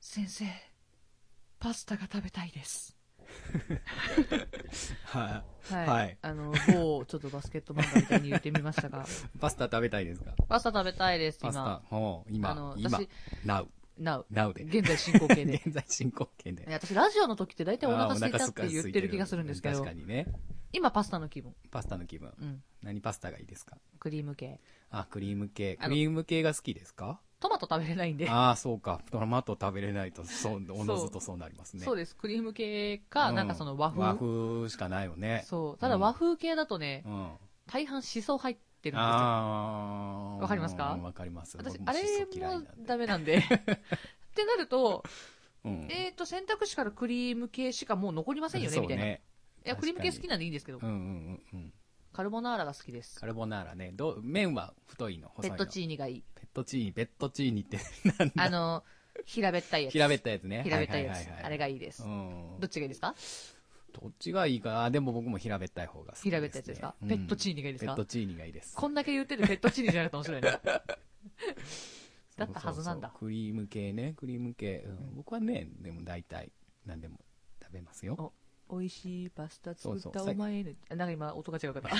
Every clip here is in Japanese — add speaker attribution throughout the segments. Speaker 1: 先生、パスタが食べたいです。
Speaker 2: は
Speaker 3: はい。
Speaker 2: はい
Speaker 3: あの、某、ちょっとバスケット漫画みたいに言ってみました が、
Speaker 2: い。パスタ食べたいですか
Speaker 3: パスタ食べたいです、
Speaker 2: パスタ
Speaker 3: 今。。
Speaker 2: ほう、
Speaker 3: あ
Speaker 2: 今
Speaker 3: の、
Speaker 2: 今
Speaker 3: 私、
Speaker 2: now、
Speaker 3: Now。
Speaker 2: now で。
Speaker 3: 現在進行 形で。
Speaker 2: 現在進行形で。
Speaker 3: ね私、ラジオの時って大体お
Speaker 2: あ
Speaker 3: 腹
Speaker 2: ー
Speaker 3: 空いたって言ってる気がするんですけ
Speaker 2: 確
Speaker 3: ど
Speaker 2: か、にね。
Speaker 3: 今パスタの気分。
Speaker 2: パスタの気分。
Speaker 3: うん。
Speaker 2: 何パスタがいいですか
Speaker 3: クリーム系。
Speaker 2: あ、クリーム系。
Speaker 3: あ
Speaker 2: ク
Speaker 3: の
Speaker 2: リーム系が好きですか
Speaker 3: トマト食べれないんで。
Speaker 2: ああ、そうか。トマト食べれないと、そう、おのずとそうなりますね。
Speaker 3: そうです。クリーム系か、
Speaker 2: う
Speaker 3: なんかその和風。
Speaker 2: 和風しかないよね。
Speaker 3: そう。ただ和風系だとね
Speaker 2: う、ん。
Speaker 3: 大半しそ入ってるんですよ。
Speaker 2: ああ。
Speaker 3: わかりますか
Speaker 2: うんわかります。
Speaker 3: 私、
Speaker 2: 僕
Speaker 3: あれ
Speaker 2: シソ嫌いなん
Speaker 3: も
Speaker 2: で
Speaker 3: ダメ なんで。ってなると、
Speaker 2: うん。
Speaker 3: えっと、選択肢からクリーム系しかもう残りませんよね、
Speaker 2: そう
Speaker 3: みたいな。い
Speaker 2: ね。
Speaker 3: や、クリーム系好きなんでいいんですけど
Speaker 2: う、んうんうんうん。
Speaker 3: カルボナーラが好きです。
Speaker 2: カルボナーラね。どう、麺は太いの細
Speaker 3: ペ
Speaker 2: いの
Speaker 3: ットチーニがいい。
Speaker 2: ペットチーニ、ペットチーニってなんだ
Speaker 3: あ の、平べったいやつ。
Speaker 2: 平べったいやつね。
Speaker 3: 平べったいやつ
Speaker 2: ははは。
Speaker 3: あれがいいです
Speaker 2: う。ん。
Speaker 3: どっちがいいですか
Speaker 2: どっちがいいかな。あでも僕も平べったい方が好きです、ね。
Speaker 3: 平べったいやつですか
Speaker 2: うん
Speaker 3: ペットチーニがいいですか
Speaker 2: ペットチーニがいいです。
Speaker 3: こんだけ言ってるペットチーニじゃなくて面白いね。だったはずなんだ
Speaker 2: そうそうそうクリーム系ね、クリーム系。うん僕はね、でも大体、何でも食べますよ。
Speaker 3: 美味しいパスタ作
Speaker 2: そ
Speaker 3: っ
Speaker 2: うそ
Speaker 3: た
Speaker 2: うさ
Speaker 3: お
Speaker 2: い
Speaker 3: 前の。あなんか今音が違 うかった。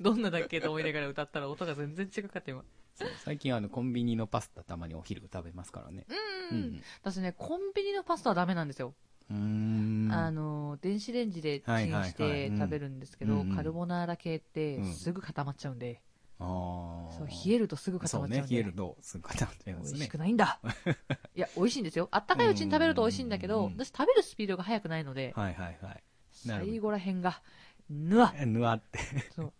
Speaker 3: どんなだっけと思いながら歌ったら音が全然違かった今。
Speaker 2: そう最近あの、コンビニのパスタたまにお昼食べますからね。
Speaker 3: うん。私ね、コンビニのパスタはダメなんですよ。
Speaker 2: うん。うん
Speaker 3: あの、電子レンジでチンし
Speaker 2: はいはいはい
Speaker 3: て
Speaker 2: うん
Speaker 3: 食べるんですけ
Speaker 2: うん
Speaker 3: ど
Speaker 2: う、ん
Speaker 3: カルボナーラ系って
Speaker 2: うん
Speaker 3: すぐ固まっちゃうんで、
Speaker 2: あー
Speaker 3: そう、冷えるとすぐ固
Speaker 2: そ
Speaker 3: ま
Speaker 2: う
Speaker 3: っちゃ
Speaker 2: ね
Speaker 3: うん、で。
Speaker 2: 冷えるとすぐ固まっちゃいま
Speaker 3: 美
Speaker 2: す
Speaker 3: 味し
Speaker 2: ね
Speaker 3: く。ないんだ。いや、美味しいんですよ。あったかいうちに食べると美味しいんだけ
Speaker 2: う
Speaker 3: ど
Speaker 2: ん、
Speaker 3: 私食べるスピードが速くないので、
Speaker 2: はいはいはい。なるほど
Speaker 3: 最後らへんが、ぬわ
Speaker 2: ぬわって。
Speaker 3: そう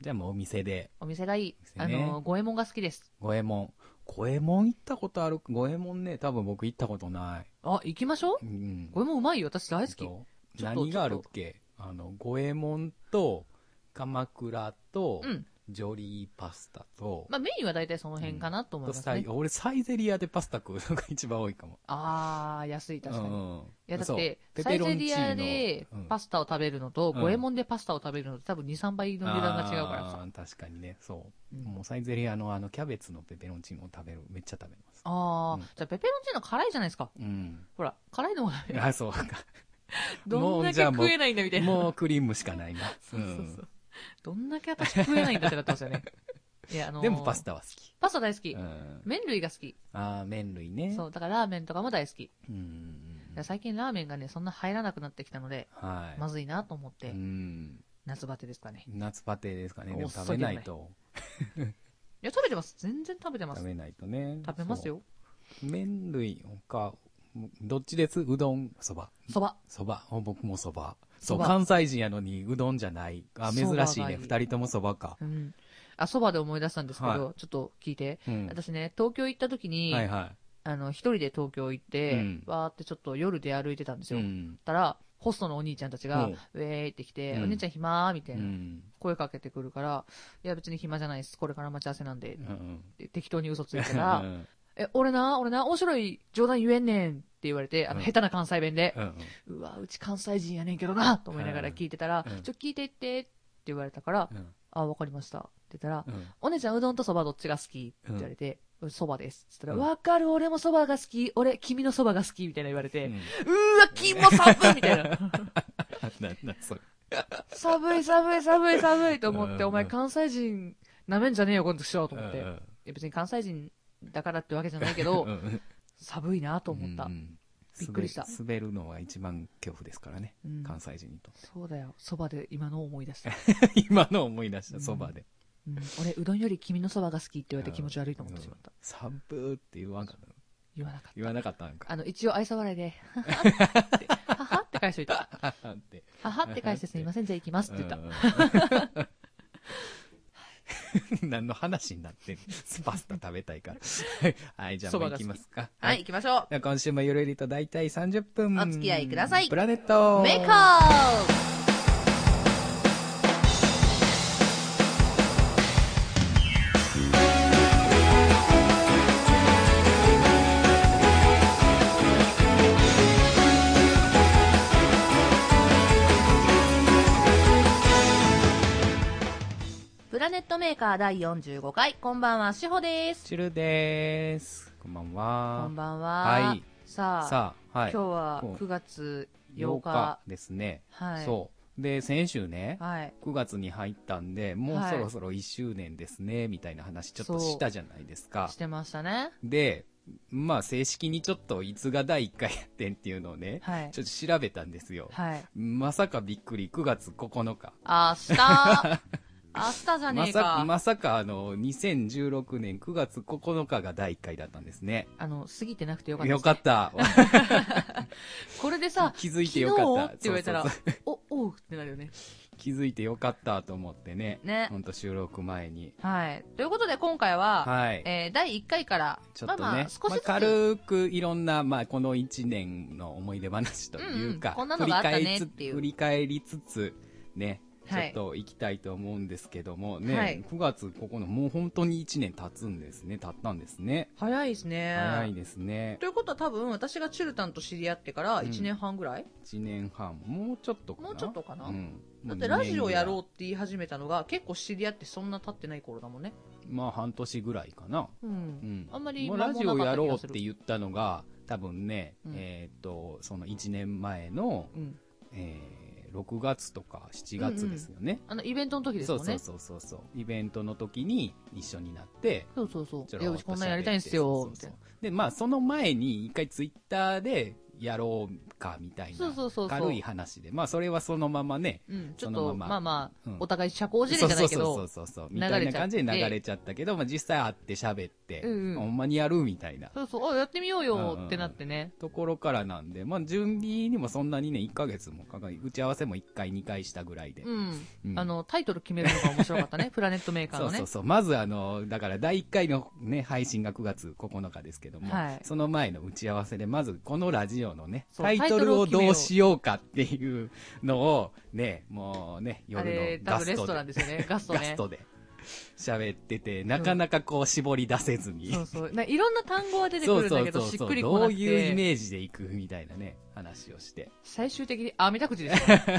Speaker 2: じゃあもうお店で、
Speaker 3: お店がいい。
Speaker 2: お
Speaker 3: あ
Speaker 2: 店ね
Speaker 3: の、五右衛門が好きです。
Speaker 2: 五右衛門。五右衛門行ったことある五右衛門ね、多分僕行ったことない。
Speaker 3: あ、行きましょう
Speaker 2: うん。
Speaker 3: 五右衛門うまいよ。私大好き。
Speaker 2: と
Speaker 3: ちょっと
Speaker 2: 何があるっけあの、五右衛門と、鎌倉と、
Speaker 3: うん。
Speaker 2: ジョリーパスタと、
Speaker 3: まあメインは大体その辺かなと思い
Speaker 2: と
Speaker 3: ます
Speaker 2: サイ
Speaker 3: ね。
Speaker 2: 俺サイゼリアでパスタ食うのが一番多いかも。
Speaker 3: あー、安い、確か
Speaker 2: う
Speaker 3: に。
Speaker 2: んうん
Speaker 3: いや、だ
Speaker 2: そ
Speaker 3: っ
Speaker 2: う
Speaker 3: て、
Speaker 2: ペ
Speaker 3: サイ
Speaker 2: ペロ
Speaker 3: ゼ
Speaker 2: ンチ
Speaker 3: リ
Speaker 2: ーノ
Speaker 3: アで
Speaker 2: うん
Speaker 3: パスタを食べるのと、
Speaker 2: うん
Speaker 3: 五右衛門でパスタを食べるのと、多分2、3倍の値段が違うからさ。
Speaker 2: あー確かにね、そう。
Speaker 3: うん
Speaker 2: もうサイゼリアのあの、キャベツのペペロンチーノを食べる、めっちゃ食べます。
Speaker 3: あー、
Speaker 2: うん
Speaker 3: じゃあペペロンチーノ辛いじゃないですか。
Speaker 2: うん。
Speaker 3: ほら、辛いのは
Speaker 2: あ、そうか。
Speaker 3: どんだけ食えないんだみたいな。
Speaker 2: もうクリームしかないな。
Speaker 3: そうそう
Speaker 2: うん
Speaker 3: そう。どんだけ私食えないんだってなってますよね。 いや、あのー
Speaker 2: でもパス。タは好き。
Speaker 3: パスタ大好き
Speaker 2: う。ん、
Speaker 3: 麺類が好き。
Speaker 2: ああ、麺類ね。。
Speaker 3: そうう、だからラーメンとかも大好き。
Speaker 2: ん
Speaker 3: いや。最近ラーメンがね、そんな入らなくなってきたので、
Speaker 2: はい。
Speaker 3: まずいなと思って
Speaker 2: う、ん。夏
Speaker 3: 夏バテですかね。
Speaker 2: バテですかね。で
Speaker 3: お
Speaker 2: も
Speaker 3: っそ
Speaker 2: 食
Speaker 3: り
Speaker 2: べないと。
Speaker 3: いや、食べてます。全然食べてま
Speaker 2: 食
Speaker 3: す。
Speaker 2: べないとね。
Speaker 3: 食べますよ。
Speaker 2: そう。麺類、他、どっちですうどん、そば。
Speaker 3: そば。
Speaker 2: そば。お僕もそば。そ
Speaker 3: そ
Speaker 2: う、
Speaker 3: ば
Speaker 2: 関西人やのにうどんじゃない。あ、珍し
Speaker 3: そ
Speaker 2: い
Speaker 3: ばが
Speaker 2: ね。
Speaker 3: いい
Speaker 2: 二人ともそばか。
Speaker 3: うん。あ、そばで思い出したんですけ
Speaker 2: は
Speaker 3: ど、ちょっと聞いて。
Speaker 2: うん。
Speaker 3: 私ね、東京行った時に
Speaker 2: は、いは
Speaker 3: あの、一人で東京行って
Speaker 2: うん、
Speaker 3: わーってちょっと夜で歩いてたんです
Speaker 2: い。
Speaker 3: よ。
Speaker 2: ん。
Speaker 3: たら、ホストのお兄ちゃんたちが
Speaker 2: うん、
Speaker 3: ウェーイって来て、
Speaker 2: うん
Speaker 3: お姉ちゃん暇ーみた
Speaker 2: う
Speaker 3: いな。
Speaker 2: ん。
Speaker 3: 声かけてくるから、いや別に暇じゃないです。これから待ち合わせなんで。っ
Speaker 2: うん。
Speaker 3: て適当に嘘ついた
Speaker 2: う
Speaker 3: ら、
Speaker 2: ん
Speaker 3: え、俺な、俺な、面白い冗談言えんねんって言われて、あの、
Speaker 2: うん
Speaker 3: 下手な関西弁で
Speaker 2: う、ん。
Speaker 3: うわ、うち関西人やねんけどな、と思いながら聞いてたら
Speaker 2: うん、
Speaker 3: ちょ、聞いていってって言われたから、
Speaker 2: うん。
Speaker 3: あ、わかりました。って言ったら
Speaker 2: う、ん。
Speaker 3: お姉ちゃんうどんとそばどっちが好きって言われて、そばです。って言った
Speaker 2: うん
Speaker 3: ら、わかる、俺もそばが好き、俺、君のそばが好き、みたいな言われて、
Speaker 2: う
Speaker 3: うんーわ、キモ寒いみたいな。
Speaker 2: なんだそれ。
Speaker 3: 寒い寒い寒い寒いと思
Speaker 2: う
Speaker 3: っ
Speaker 2: んう
Speaker 3: て、
Speaker 2: ん
Speaker 3: お前関西人なめんじゃねえよ、この人はと思って。
Speaker 2: う
Speaker 3: い
Speaker 2: んう
Speaker 3: や
Speaker 2: ん
Speaker 3: 別に関西人だからってわけじゃないけど
Speaker 2: う、ん
Speaker 3: 寒いなと思った
Speaker 2: うんう。ん
Speaker 3: びっくりした
Speaker 2: 滑滑るのは一番恐怖ですからね、
Speaker 3: うん
Speaker 2: 関西人にと
Speaker 3: そうだよ。そばで今のを思い出した。
Speaker 2: 今の思い出したそばで、
Speaker 3: うん俺、うどんより君のそばが好きって言われて気持ち悪いと思ってしまった。
Speaker 2: サブーって言わんかったの
Speaker 3: 言わなかっ
Speaker 2: 言わなかったん
Speaker 3: た。
Speaker 2: か
Speaker 3: あの、一応愛想笑いで、 ははははって返しといた。
Speaker 2: って
Speaker 3: ははって返してすみません、じゃあ行きますって言った。
Speaker 2: うん 何の話になってんのパスタ食べた いからはいじゃあもう行きますか
Speaker 3: はい、行きましょ
Speaker 2: じゃあ今週もゆるりと大体30分
Speaker 3: お付き合いください
Speaker 2: プラネット
Speaker 3: う。メイカープラネットメーカー第45回、こんばんは、しほです。
Speaker 2: チルですこんばんは
Speaker 3: こんばんは。
Speaker 2: はい
Speaker 3: さあ、
Speaker 2: さあ、はい。
Speaker 3: 今日は
Speaker 2: うん
Speaker 3: 9月8
Speaker 2: 8
Speaker 3: 日
Speaker 2: 日。ですね。
Speaker 3: はい。
Speaker 2: そう。で、先週ね、
Speaker 3: はい。
Speaker 2: 9月に入ったんで、もう
Speaker 3: はい
Speaker 2: そろそろ1周年ですね、みたいな話ちょっ
Speaker 3: そう
Speaker 2: としたじゃないですか
Speaker 3: し。てましたね。
Speaker 2: で、まあ正式にちょっといつが第1回やってんっていうのをね、
Speaker 3: はい
Speaker 2: ち。ょっと調べたんですよ。
Speaker 3: はい。
Speaker 2: まさかびっくり、9月9日。
Speaker 3: 明日明日じゃね
Speaker 2: ま
Speaker 3: え
Speaker 2: さ
Speaker 3: か。
Speaker 2: まさかあの、2016年9月9日が第1回だったんですね。
Speaker 3: あの、過ぎてなくてよかったですね、
Speaker 2: よかった。、
Speaker 3: これでさ
Speaker 2: 気づいてよかった
Speaker 3: 昨日って言われたら
Speaker 2: そうそ、
Speaker 3: お、おうってなるよね。
Speaker 2: 気づいてよかったと思ってね。
Speaker 3: ね
Speaker 2: ほんと収録前に。
Speaker 3: はい。ということで今回は、
Speaker 2: はい。
Speaker 3: えー第1回から、
Speaker 2: ちょっとね、
Speaker 3: まあまあ少しずつ、
Speaker 2: まあ軽くいろんな、まあ、この1年の思い出話という
Speaker 3: うんう
Speaker 2: か
Speaker 3: ん、こんなのがあったね
Speaker 2: 振り返りつ
Speaker 3: っていう
Speaker 2: 振り返りつつ、ね、ちょ
Speaker 3: はい
Speaker 2: っと行きたいと思うんですけども、ね、
Speaker 3: はい
Speaker 2: 9月9日、もう本当に1年経つんですね、経ったんですね。
Speaker 3: 早いですね。
Speaker 2: 早いですね。
Speaker 3: ということは多分私がチュルタンと知り合ってから
Speaker 2: うん
Speaker 3: 1年半ぐらい、
Speaker 2: 1年半、もうちょっとかな。
Speaker 3: もうちょっとかな
Speaker 2: うん。
Speaker 3: だってラジオやろう
Speaker 2: う
Speaker 3: って言い始めたのが結構知り合ってそんな経ってない頃だもんね。
Speaker 2: まあ、半年ぐらいかな。
Speaker 3: うん。
Speaker 2: うん、
Speaker 3: あんまり
Speaker 2: もう
Speaker 3: 間
Speaker 2: ラ
Speaker 3: も
Speaker 2: ジ
Speaker 3: な
Speaker 2: オ
Speaker 3: か
Speaker 2: や
Speaker 3: った気
Speaker 2: ろう
Speaker 3: が
Speaker 2: っ
Speaker 3: する
Speaker 2: て言ったのが多分ね、
Speaker 3: うん
Speaker 2: えーっとその1年前の、
Speaker 3: うん
Speaker 2: えー6月とか7月ですよね、
Speaker 3: あの、イベントの時です
Speaker 2: そ
Speaker 3: も
Speaker 2: うんそう
Speaker 3: ね。
Speaker 2: そうそうそうイベントの時に一緒になって
Speaker 3: そうそうそう
Speaker 2: ちょ
Speaker 3: いや、
Speaker 2: ろっ
Speaker 3: う
Speaker 2: と
Speaker 3: ちこんなんやりたいんですよ。
Speaker 2: 喋っ
Speaker 3: み
Speaker 2: て
Speaker 3: たい
Speaker 2: そうそうそうでまあその前に一回ツイッターでやろうかみたい
Speaker 3: な。そ
Speaker 2: な
Speaker 3: うそうそうそう。
Speaker 2: 軽い話でまあそれはそのままね
Speaker 3: うん、ちょっ
Speaker 2: そ
Speaker 3: と、
Speaker 2: のまま
Speaker 3: まあまあ、
Speaker 2: うん
Speaker 3: お互い社交辞令じゃないけど、
Speaker 2: そうそうそうそうそうみたいな感じで流れちゃったけど、まあ、実際会って喋って、
Speaker 3: うんうん
Speaker 2: ほんまにやるみたいな
Speaker 3: そうそうあ、やってみようよってなってね。
Speaker 2: ところからなんで、まあ、準備にもそんなにね、1ヶ月もかかり、打ち合わせも1回、2回したぐらいで。
Speaker 3: うん。
Speaker 2: うん
Speaker 3: あ、の、タイトル決めるのが面白かった ね。プラネットメーカー
Speaker 2: そ
Speaker 3: の
Speaker 2: う
Speaker 3: ね。
Speaker 2: そうそう。まずあの、だから第1回のね、配信が9月9日ですけども、
Speaker 3: はい
Speaker 2: その前の打ち合わせで、まずこのラジオのね、
Speaker 3: そう
Speaker 2: タイトルを
Speaker 3: タイトルを決め
Speaker 2: ど
Speaker 3: よう
Speaker 2: うしようかっていうのを、ね、もうね、
Speaker 3: あれ
Speaker 2: 夜、の
Speaker 3: 多
Speaker 2: ガ
Speaker 3: 分
Speaker 2: ス
Speaker 3: レスト
Speaker 2: ト
Speaker 3: ラ
Speaker 2: で、
Speaker 3: ンですよね。ガスト
Speaker 2: ガ
Speaker 3: ね
Speaker 2: ス。トで喋ってて、なかなかこう絞り出せずに。
Speaker 3: そうそう。ないろんな単語は出てくるんだけど、しっくりこ
Speaker 2: ど
Speaker 3: な
Speaker 2: う
Speaker 3: く
Speaker 2: いうイ
Speaker 3: て、
Speaker 2: メージでいくみたいなね、話を して。
Speaker 3: 最終的に、あ、めた口でした。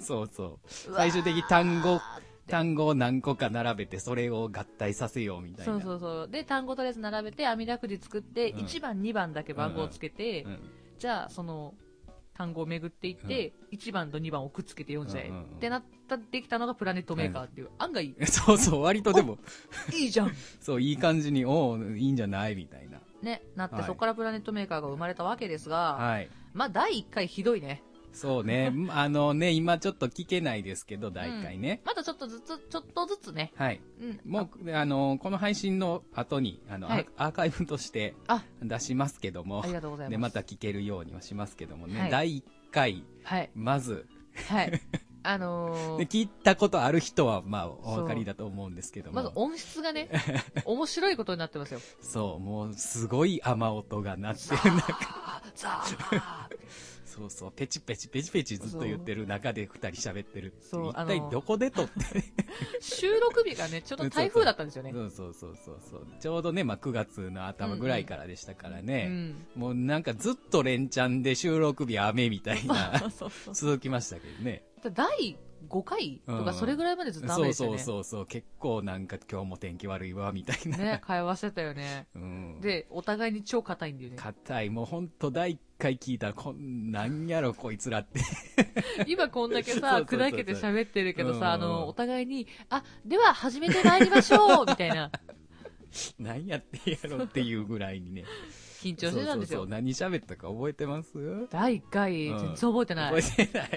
Speaker 2: そうそう。
Speaker 3: うわー
Speaker 2: 最終的に単語、単語を何個か並べて、それを合体させようみたいな。
Speaker 3: そうそうそう。で、単語とりあえず並べて、あみだくじ作って、
Speaker 2: うん
Speaker 3: 1番、2番だけ番号をつけて、
Speaker 2: うん
Speaker 3: じゃあ、その、単語を巡っていって、1番と2番をくっつけて読んじゃえ。
Speaker 2: うんうんうん
Speaker 3: ってなった、できたのがプラネットメーカーっていう。案外、い
Speaker 2: そうそう、割とでも、
Speaker 3: いじゃん
Speaker 2: そう、いい感じに、おういいんじゃないみたいな。
Speaker 3: ね、なって、
Speaker 2: はい
Speaker 3: そこからプラネットメーカーが生まれたわけですが、
Speaker 2: はい。
Speaker 3: まあ、第1回ひどいね。
Speaker 2: そうね。まあのね、今ちょっと聞けないですけど、第一回ね。
Speaker 3: まだちょっとずつ、ちょっとずつね。
Speaker 2: はい。
Speaker 3: うん。
Speaker 2: もう、あの、この配信の後に、あの、
Speaker 3: はい
Speaker 2: アアーカイブとして
Speaker 3: あ
Speaker 2: 出しますけども
Speaker 3: あり、がとうございます。
Speaker 2: で、また聞けるようにはしますけどもね、
Speaker 3: はい
Speaker 2: 第一回、
Speaker 3: はい。
Speaker 2: まず、
Speaker 3: はい。 あの
Speaker 2: で
Speaker 3: ー、
Speaker 2: 聞いたことある人は、まあ、お分かりだと思うんですけども。
Speaker 3: まず音質 がね、面白いことになってますよ。
Speaker 2: そう、もうすごい雨音が鳴って、
Speaker 3: あーザー
Speaker 2: そうそう、ペチペチペチペチずっと言ってる中で二人喋ってるって
Speaker 3: そう
Speaker 2: 一
Speaker 3: あの
Speaker 2: 体どこで撮って
Speaker 3: 収録日がね、ちょっと台風だったんですよ ね。
Speaker 2: そうそうそうそうそう。ちょうどね、まあ9月の頭ぐらいからでしたから
Speaker 3: う
Speaker 2: ね。
Speaker 3: ん。
Speaker 2: もうなんかずっと連チャンで収録日雨みたいな、
Speaker 3: そうそう。
Speaker 2: 続きましたけどね。
Speaker 3: 第5回と
Speaker 2: う
Speaker 3: か、
Speaker 2: ん
Speaker 3: それぐらいまでずっと雨
Speaker 2: そ
Speaker 3: で
Speaker 2: う
Speaker 3: したよ
Speaker 2: そ
Speaker 3: ね。
Speaker 2: うそうそう、結構なんか今日も天気悪いわ、みたいな。
Speaker 3: ね、会話してたよね。
Speaker 2: うん。
Speaker 3: で、お互いに超硬いんだよね。
Speaker 2: 硬い、もうほんと第一回聞いたら、こんなんやろ、こいつらって。
Speaker 3: 今こんだけ
Speaker 2: そう
Speaker 3: さ
Speaker 2: そ、うそうそう
Speaker 3: 砕けて喋ってるけど
Speaker 2: うんうんうん
Speaker 3: さ、あの、お互いに、あ、では始めてまいりましょうみたい な、
Speaker 2: なんやってやろっていうぐらいにね。
Speaker 3: 緊張してたんです
Speaker 2: そうそうそう
Speaker 3: よ。
Speaker 2: 何喋ったか覚えてます
Speaker 3: 第1回、
Speaker 2: うん
Speaker 3: 全然覚えてない。
Speaker 2: 覚えてない。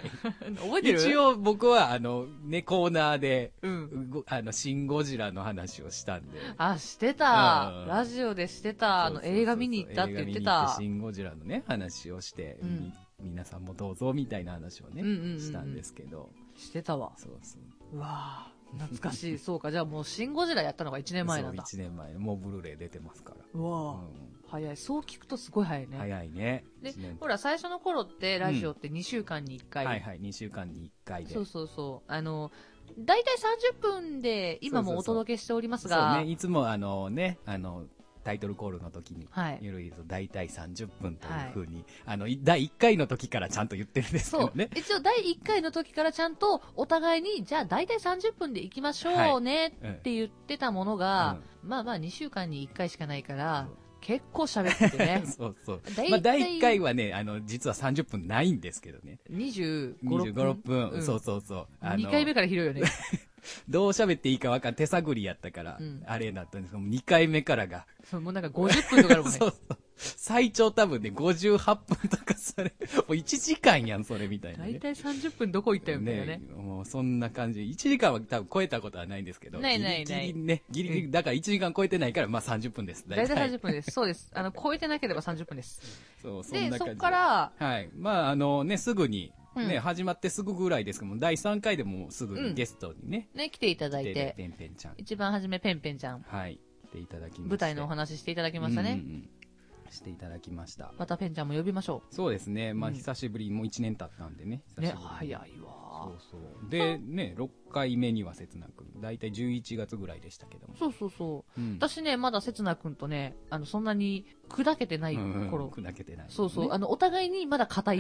Speaker 3: 覚えてる
Speaker 2: 一応僕は、あの、ね、コーナーで、
Speaker 3: うん。
Speaker 2: ごあの、シン・ゴジラの話をしたんで。
Speaker 3: あ、して
Speaker 2: うん
Speaker 3: た
Speaker 2: う。ん
Speaker 3: ラジオでしてた。あの、
Speaker 2: そうそうそうそう
Speaker 3: 映画見に行ったって言ってた
Speaker 2: 映画見に行。シン・ゴジラのね、話をして、
Speaker 3: うん
Speaker 2: み皆さんもどうぞみたいな話をね、
Speaker 3: うんうんうんうん
Speaker 2: したんですけど。
Speaker 3: してたわ。
Speaker 2: そうそう。
Speaker 3: うわぁ、懐か しい。そうか、じゃあもう、シン・ゴジラやったのが1年前なんだ。
Speaker 2: 1年前。もうブルーレイ出てますから。
Speaker 3: うわ
Speaker 2: う
Speaker 3: ぁ、
Speaker 2: ん
Speaker 3: 早い。そう聞くとすごい早いね。
Speaker 2: 早いね。
Speaker 3: で
Speaker 2: 一年、
Speaker 3: ほら、最初の頃って、ラジオって2週間に1回。
Speaker 2: はいはい、2週間に1回で。
Speaker 3: そうそうそう。あの、だいたい30分で、今もお届けしておりますが、
Speaker 2: そうね、いつもあのね、あの、タイトルコールの時に、
Speaker 3: はい。
Speaker 2: ゆるいと大体30分というふうに、あの、い第1回の時からちゃんと言ってるんですけ
Speaker 3: そう
Speaker 2: ど。ね。
Speaker 3: 一応、第1回の時からちゃんと、お互いに、じゃあ、だいたい30分で行きましょうね、
Speaker 2: うん。
Speaker 3: って言ってたものが、まあまあ2週間に1回しかないから、結構喋ってね
Speaker 2: そうそう。
Speaker 3: 大体
Speaker 2: まあ、第1回はね、あの、実は30分ないんですけどね。
Speaker 3: 25、
Speaker 2: 25、6分。
Speaker 3: うん
Speaker 2: そうそうそう。あ
Speaker 3: 2
Speaker 2: の、
Speaker 3: 回目から拾うよね。
Speaker 2: どう喋っていいかわかん手探りやったから、
Speaker 3: うん
Speaker 2: あれだったんですけど、2回目からが。
Speaker 3: そうもうなんか50分とかあるもんね
Speaker 2: そ。うそう。最長多分ね、58分とかそれ、もう1時間やん、それみたいな、
Speaker 3: 大
Speaker 2: ね。
Speaker 3: 体30分どこ行ったよみたいなね。
Speaker 2: もうそんな感じ。1時間は多分超えたことはないんですけど。
Speaker 3: ないないない
Speaker 2: ギリギリね。ギリギリ、だから1時間超えてないから、まあ30分です。
Speaker 3: 大体30分です。そうです。あの、超えてなければ30分です。
Speaker 2: そう、そん
Speaker 3: で、
Speaker 2: な
Speaker 3: そ
Speaker 2: 感じ。
Speaker 3: っから、
Speaker 2: はい。まあ、あのね、すぐに、
Speaker 3: うん
Speaker 2: ね、始まってすぐぐらいですけども、第3回でもうすぐ
Speaker 3: う
Speaker 2: に
Speaker 3: ん
Speaker 2: ゲストにね、
Speaker 3: ね、来ていただい
Speaker 2: で
Speaker 3: て、
Speaker 2: ぺんぺんちゃん。
Speaker 3: 一番初め、ペンペンちゃん、
Speaker 2: はい。来ていただきました。
Speaker 3: 舞台のお
Speaker 2: 話
Speaker 3: 話していただき
Speaker 2: し
Speaker 3: ましたね。
Speaker 2: していただきました。
Speaker 3: またペンちゃんも呼びましょ
Speaker 2: そうですね。まあ、
Speaker 3: うん
Speaker 2: 久しぶり、もう1年経ったんでね。
Speaker 3: う。
Speaker 2: 久し
Speaker 3: ね、
Speaker 2: ぶりに
Speaker 3: 早いわ。
Speaker 2: そうそう。で、ね、6回目には切なく、だいたい11月ぐらいでしたけども。
Speaker 3: そうそうそう。
Speaker 2: うん
Speaker 3: 私ね、まだせつな君とね、あの、そんなに砕けてない
Speaker 2: うん
Speaker 3: 頃。
Speaker 2: 砕けてない、
Speaker 3: そう そう。
Speaker 2: ね。
Speaker 3: あの、お互いにまだ硬い。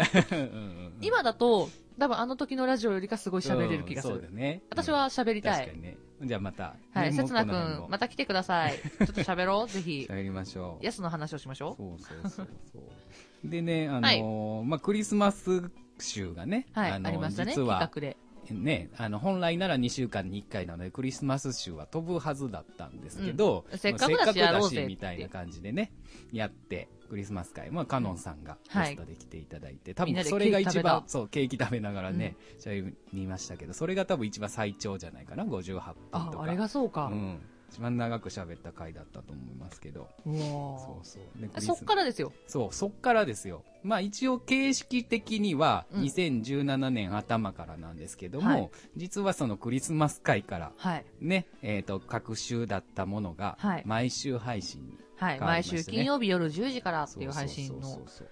Speaker 3: 今だと、多分あの時のラジオよりかすごい喋れる気がす
Speaker 2: うんそう
Speaker 3: る。
Speaker 2: だね。
Speaker 3: 私は喋
Speaker 2: うん
Speaker 3: りた
Speaker 2: 確か
Speaker 3: い。
Speaker 2: にね。じゃあまた。
Speaker 3: はい、
Speaker 2: ね
Speaker 3: せつな
Speaker 2: もうこの辺
Speaker 3: 君
Speaker 2: も、
Speaker 3: また来てくださ い。ちょっと喋ろう、ぜひ。
Speaker 2: 喋りましょう。
Speaker 3: ヤスの話をしましょ
Speaker 2: そうそうそうそう。でね、あのーまあ、クリスマス週がね、
Speaker 3: う。はい、あ
Speaker 2: のー
Speaker 3: りましたね、
Speaker 2: 実
Speaker 3: 企
Speaker 2: は、
Speaker 3: 画で。
Speaker 2: ね、あの、本来なら2週間に1回なので、クリスマス週は飛ぶはずだったんですけど、
Speaker 3: うんせっかくだし
Speaker 2: まあせっ
Speaker 3: やろうぜっ
Speaker 2: してみたいな感じでね、やって、クリスマス会、まあ、カノンさんが
Speaker 3: は
Speaker 2: ゲ
Speaker 3: い
Speaker 2: ストで来ていただいて、多
Speaker 3: みんな
Speaker 2: 分
Speaker 3: で
Speaker 2: それが一
Speaker 3: ケーキ食べた
Speaker 2: 番、そう、ケーキ食べながらね、喋りましたけど、それが多分一番最長じゃないかな、58分とか。
Speaker 3: あ、あれがそうか
Speaker 2: う。ん。一番長く喋った回だったと思いますけど。
Speaker 3: うわー
Speaker 2: そうそう。でクリス
Speaker 3: そっからですよ。
Speaker 2: そう、そっからですよ。まあ一応形式的には
Speaker 3: うん
Speaker 2: 2017年頭からなんですけども、
Speaker 3: はい
Speaker 2: 実はそのクリスマス会から
Speaker 3: はい。
Speaker 2: ね、えっ、と、各週だったものが
Speaker 3: はい
Speaker 2: 毎週配信に
Speaker 3: はい。
Speaker 2: 変わりま
Speaker 3: 毎
Speaker 2: したね
Speaker 3: 週金曜日夜10時からっ
Speaker 2: そ
Speaker 3: ていう配信
Speaker 2: そうそ
Speaker 3: の
Speaker 2: うそうそう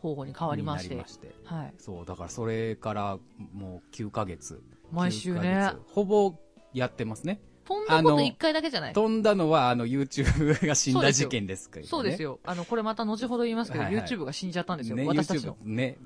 Speaker 3: 方法に変わりまし
Speaker 2: に
Speaker 3: て
Speaker 2: な。して
Speaker 3: はい。
Speaker 2: そう、だからそれからもう9ヶ月。
Speaker 3: 毎週
Speaker 2: 9
Speaker 3: ね
Speaker 2: ヶ。月ほぼやってますね。
Speaker 3: 飛んだこ
Speaker 2: あ
Speaker 3: と
Speaker 2: の
Speaker 3: 一回だけじゃない
Speaker 2: 飛んだのはあの YouTube が死ん
Speaker 3: そうで
Speaker 2: だ
Speaker 3: すよ
Speaker 2: 事件ですけどね。
Speaker 3: そうですよ。あの、これまた後ほど言いますけど、
Speaker 2: はいはい
Speaker 3: YouTube が死んじゃったんですよ。
Speaker 2: ね、
Speaker 3: 私たちの。
Speaker 2: YouTube ね、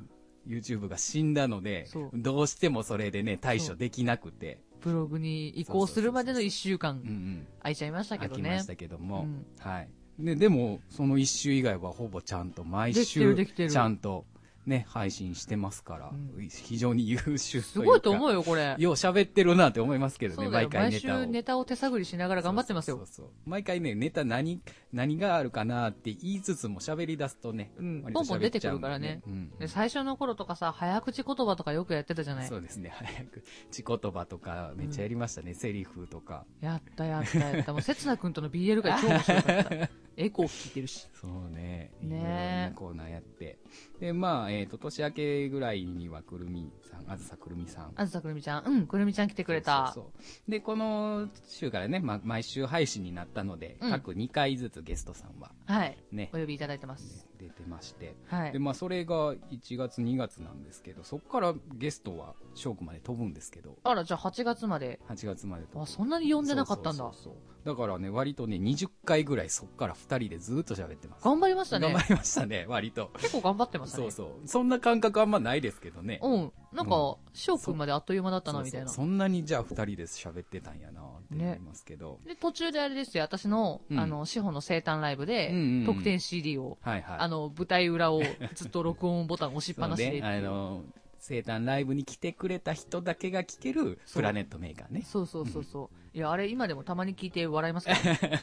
Speaker 2: YouTube が死んだので
Speaker 3: そう、
Speaker 2: どうしてもそれでね、対処できなくて、
Speaker 3: ブログに移行するまでの1週
Speaker 2: うんう
Speaker 3: 間、
Speaker 2: ん、
Speaker 3: 空いちゃいましたけ
Speaker 2: 飽
Speaker 3: ど
Speaker 2: きま
Speaker 3: ね
Speaker 2: し。たけども、
Speaker 3: うん
Speaker 2: はい。ね、でも、その一週以外はほぼちゃんと、毎
Speaker 3: できてる
Speaker 2: 週、
Speaker 3: できてる
Speaker 2: ちゃんと、ね、配信してますから、
Speaker 3: うん
Speaker 2: 非常に優秀というか。
Speaker 3: すごいと思
Speaker 2: よ。
Speaker 3: うよ、これ。
Speaker 2: よう喋ってるなって思いますけど
Speaker 3: そ
Speaker 2: ね、
Speaker 3: うだ
Speaker 2: 毎
Speaker 3: よ。
Speaker 2: 回
Speaker 3: 毎
Speaker 2: ネタを。
Speaker 3: 週ネタを手探りしながら頑張ってます
Speaker 2: そう
Speaker 3: よ。
Speaker 2: そうそう毎回ね、ネタ何、何があるかなって言いつつも喋り出すとね、
Speaker 3: うん
Speaker 2: 割と
Speaker 3: ポンポン
Speaker 2: 喋っちゃう
Speaker 3: 出てくる
Speaker 2: んで
Speaker 3: からね
Speaker 2: うん
Speaker 3: で最初の頃とかさ、早口言葉とかよくやってたじゃない
Speaker 2: そうですね、早く。ち言葉とか、めっちゃやりましたね、セリフとか。
Speaker 3: やったやったやった。もう、せつな君との BL が超面白か った。エコー聞いてるし。
Speaker 2: そうね。
Speaker 3: ねえ
Speaker 2: いろんなコーナーやって。で、まあ、えっ、と、年明けぐらいにはくるみさん、あずさくるみさん。
Speaker 3: あずさくるみちゃん、うん、くるみちゃん来てくれた。
Speaker 2: そうそうそうで、この週からね、ま、毎週配信になったので、
Speaker 3: うん
Speaker 2: 各2回ずつゲストさんは
Speaker 3: はい。
Speaker 2: ね
Speaker 3: お、呼びいただいてます。
Speaker 2: 出てまして。
Speaker 3: はい
Speaker 2: で、。まあ、それが1月、2月なんですけど、そこからゲストは、翔くまで飛ぶんですけど、
Speaker 3: あら、じゃあ8月まで。
Speaker 2: 8月まで飛ぶ
Speaker 3: あ、そんなに呼んでなかったん
Speaker 2: そう
Speaker 3: だ。
Speaker 2: そうそうそうだからね、割とね、20回ぐらいそっから2人でずっと喋ってます。
Speaker 3: 頑張りました
Speaker 2: 頑
Speaker 3: ね
Speaker 2: 張。りましたね、割と。
Speaker 3: 結構頑張ってました
Speaker 2: そ
Speaker 3: ね
Speaker 2: う。そう。そんな感覚あんまないですけどね。
Speaker 3: うん。なん
Speaker 2: う
Speaker 3: か、翔くんまであっという間だった
Speaker 2: そ
Speaker 3: な、
Speaker 2: う
Speaker 3: みたいな
Speaker 2: そう。そんなにじゃあ2人で喋ってたんやなって思いますけど。
Speaker 3: で、途中であれですよ、私の、
Speaker 2: うん
Speaker 3: あの、志保の生誕ライブで
Speaker 2: うんうんうん、
Speaker 3: 特典 CD を、
Speaker 2: はいはい。
Speaker 3: あの、舞台裏をずっと録音ボタン押しっ
Speaker 2: そ
Speaker 3: ぱ
Speaker 2: う
Speaker 3: なしでって
Speaker 2: ね、
Speaker 3: いう。
Speaker 2: あの、生誕ライブに来てくれた人だけが聞ける
Speaker 3: そう
Speaker 2: プラネットメーカーね。
Speaker 3: そうそうそうそう。いや、あれ今でもたまに聞いて笑い ますからね。